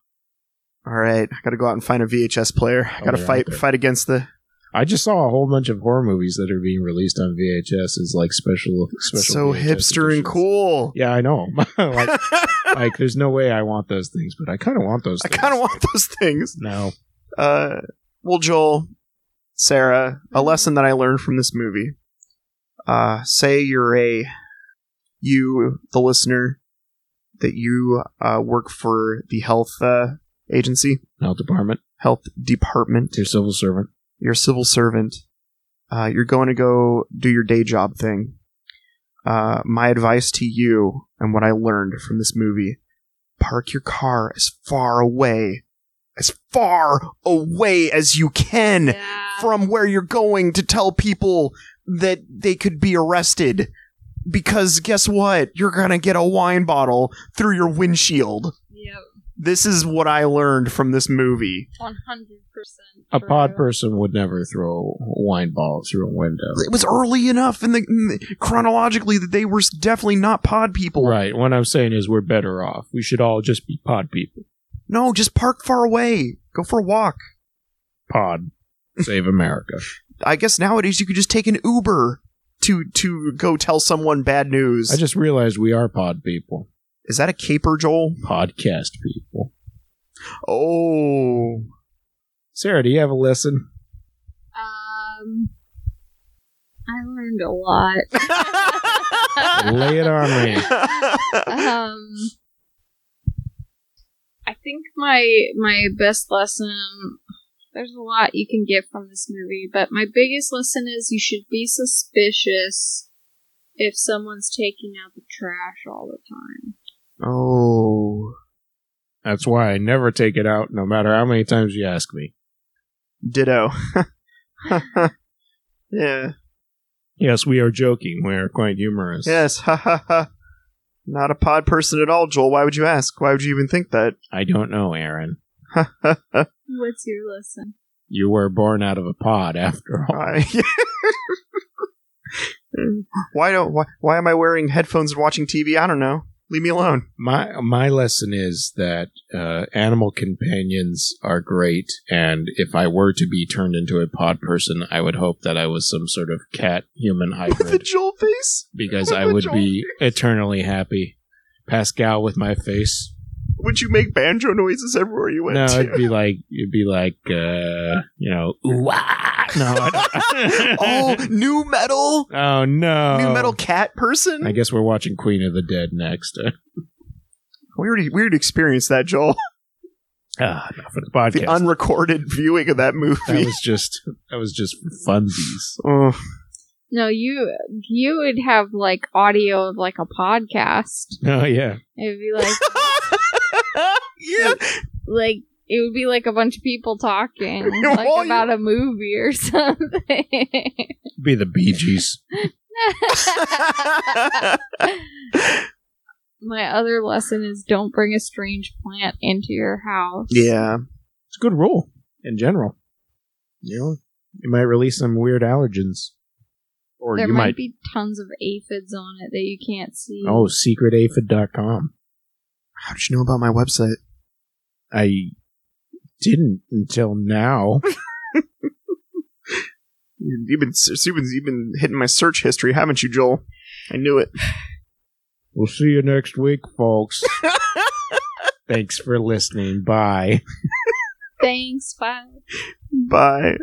C: right, I gotta go out and find a VHS player. I
A: Oh,
C: gotta
A: you're out
C: fight
A: there.
C: fight against the
A: I just saw a whole bunch of horror movies that are being released on VHS as like special, special.
C: so
A: VHS
C: hipster and
A: editions.
C: cool.
A: Yeah, I know. like,
C: I
A: like, there's no way I want those things, but I kind of want those.
C: kind of want those things.
A: No,
C: Uh, well, Joel, Sarah, a lesson that I learned from this movie. Uh, say you're a, you, the listener, that you uh, work for the health uh, agency,
A: health department,
C: health department,
A: your civil servant.
C: you're a civil servant, uh, you're going to go do your day job thing. Uh, my advice to you and what I learned from this movie park your car as far away, as far away as you can
B: Yeah.
C: from where you're going to tell people that they could be arrested. Because guess what? You're going to get a wine bottle through your windshield.
B: Yep.
C: This is what I learned from this movie.
B: One hundred percent.
A: A pod person would never throw a wine ball through a window.
C: It was early enough in the, in the- chronologically that they were definitely not pod people.
A: Right. What I'm saying is, we're better off. We should all just be pod people.
C: No, just park far away. Go for a walk.
A: Pod, save America.
C: I guess nowadays you could just take an Uber to to go tell someone bad news.
A: I just realized we are pod people,
C: is that a caper, Joel?
A: podcast people.
C: Oh.
A: Sarah, do you have a lesson?
B: Um, I learned a lot.
A: Lay it on me.
B: um, I think my my best lesson. There's a lot you can get from this movie, but my biggest lesson is you should be suspicious if someone's taking out the trash all the time.
C: Oh.
A: That's why I never take it out, no matter how many times you ask me.
C: Ditto. yeah.
A: Yes, we are joking. We are quite humorous.
C: Yes. Ha ha ha. Not a pod person at all, Joel. Why would you ask? Why would you even think that?
A: I don't know, Aaron.
B: What's your lesson?
A: You were born out of a pod, after all.
C: I- why don't? Why, why am I wearing headphones and watching TV? I don't know. Leave me alone.
A: My my lesson is that uh, animal companions are great, and if I were to be turned into a pod person, I would hope that I was some sort of cat human
C: With the
A: hybrid
C: Joel face.
A: because I would be eternally happy. Pascal with my face.
C: Would you make banjo noises everywhere you went
A: No,
C: to?
A: it'd be like it'd be like uh, you know, ooh ah. No, I
C: oh,
A: don't-
C: new metal.
A: oh no,
C: New metal cat person.
A: I guess we're watching Queen of the Dead next.
C: we already we already experienced that, Joel.
A: ah, not for the
C: The
A: podcast.
C: unrecorded viewing of that movie.
A: that was just that was just for funsies.
C: Ugh.
B: No, you you would have like audio of like a podcast.
A: Oh yeah,
B: It'd be like
C: yeah.
B: like it would be like a bunch of people talking like
C: Well, you-
B: about a movie or something.
A: be the Bee Gees.
B: My other lesson is don't bring a strange plant into your house.
C: yeah.
A: It's a good rule in general. You know, you might release some weird allergens, or
B: There
A: you
B: might,
A: might.
B: be tons of aphids on it that you can't see.
A: Oh, secretaphid.com.
C: How did you know about my website?
A: I didn't until now.
C: You've been you've been, you've been hitting my search history, haven't you, Joel? I knew it.
A: We'll see you next week, folks. Thanks for listening. Bye.
B: Thanks. Bye.
C: Bye.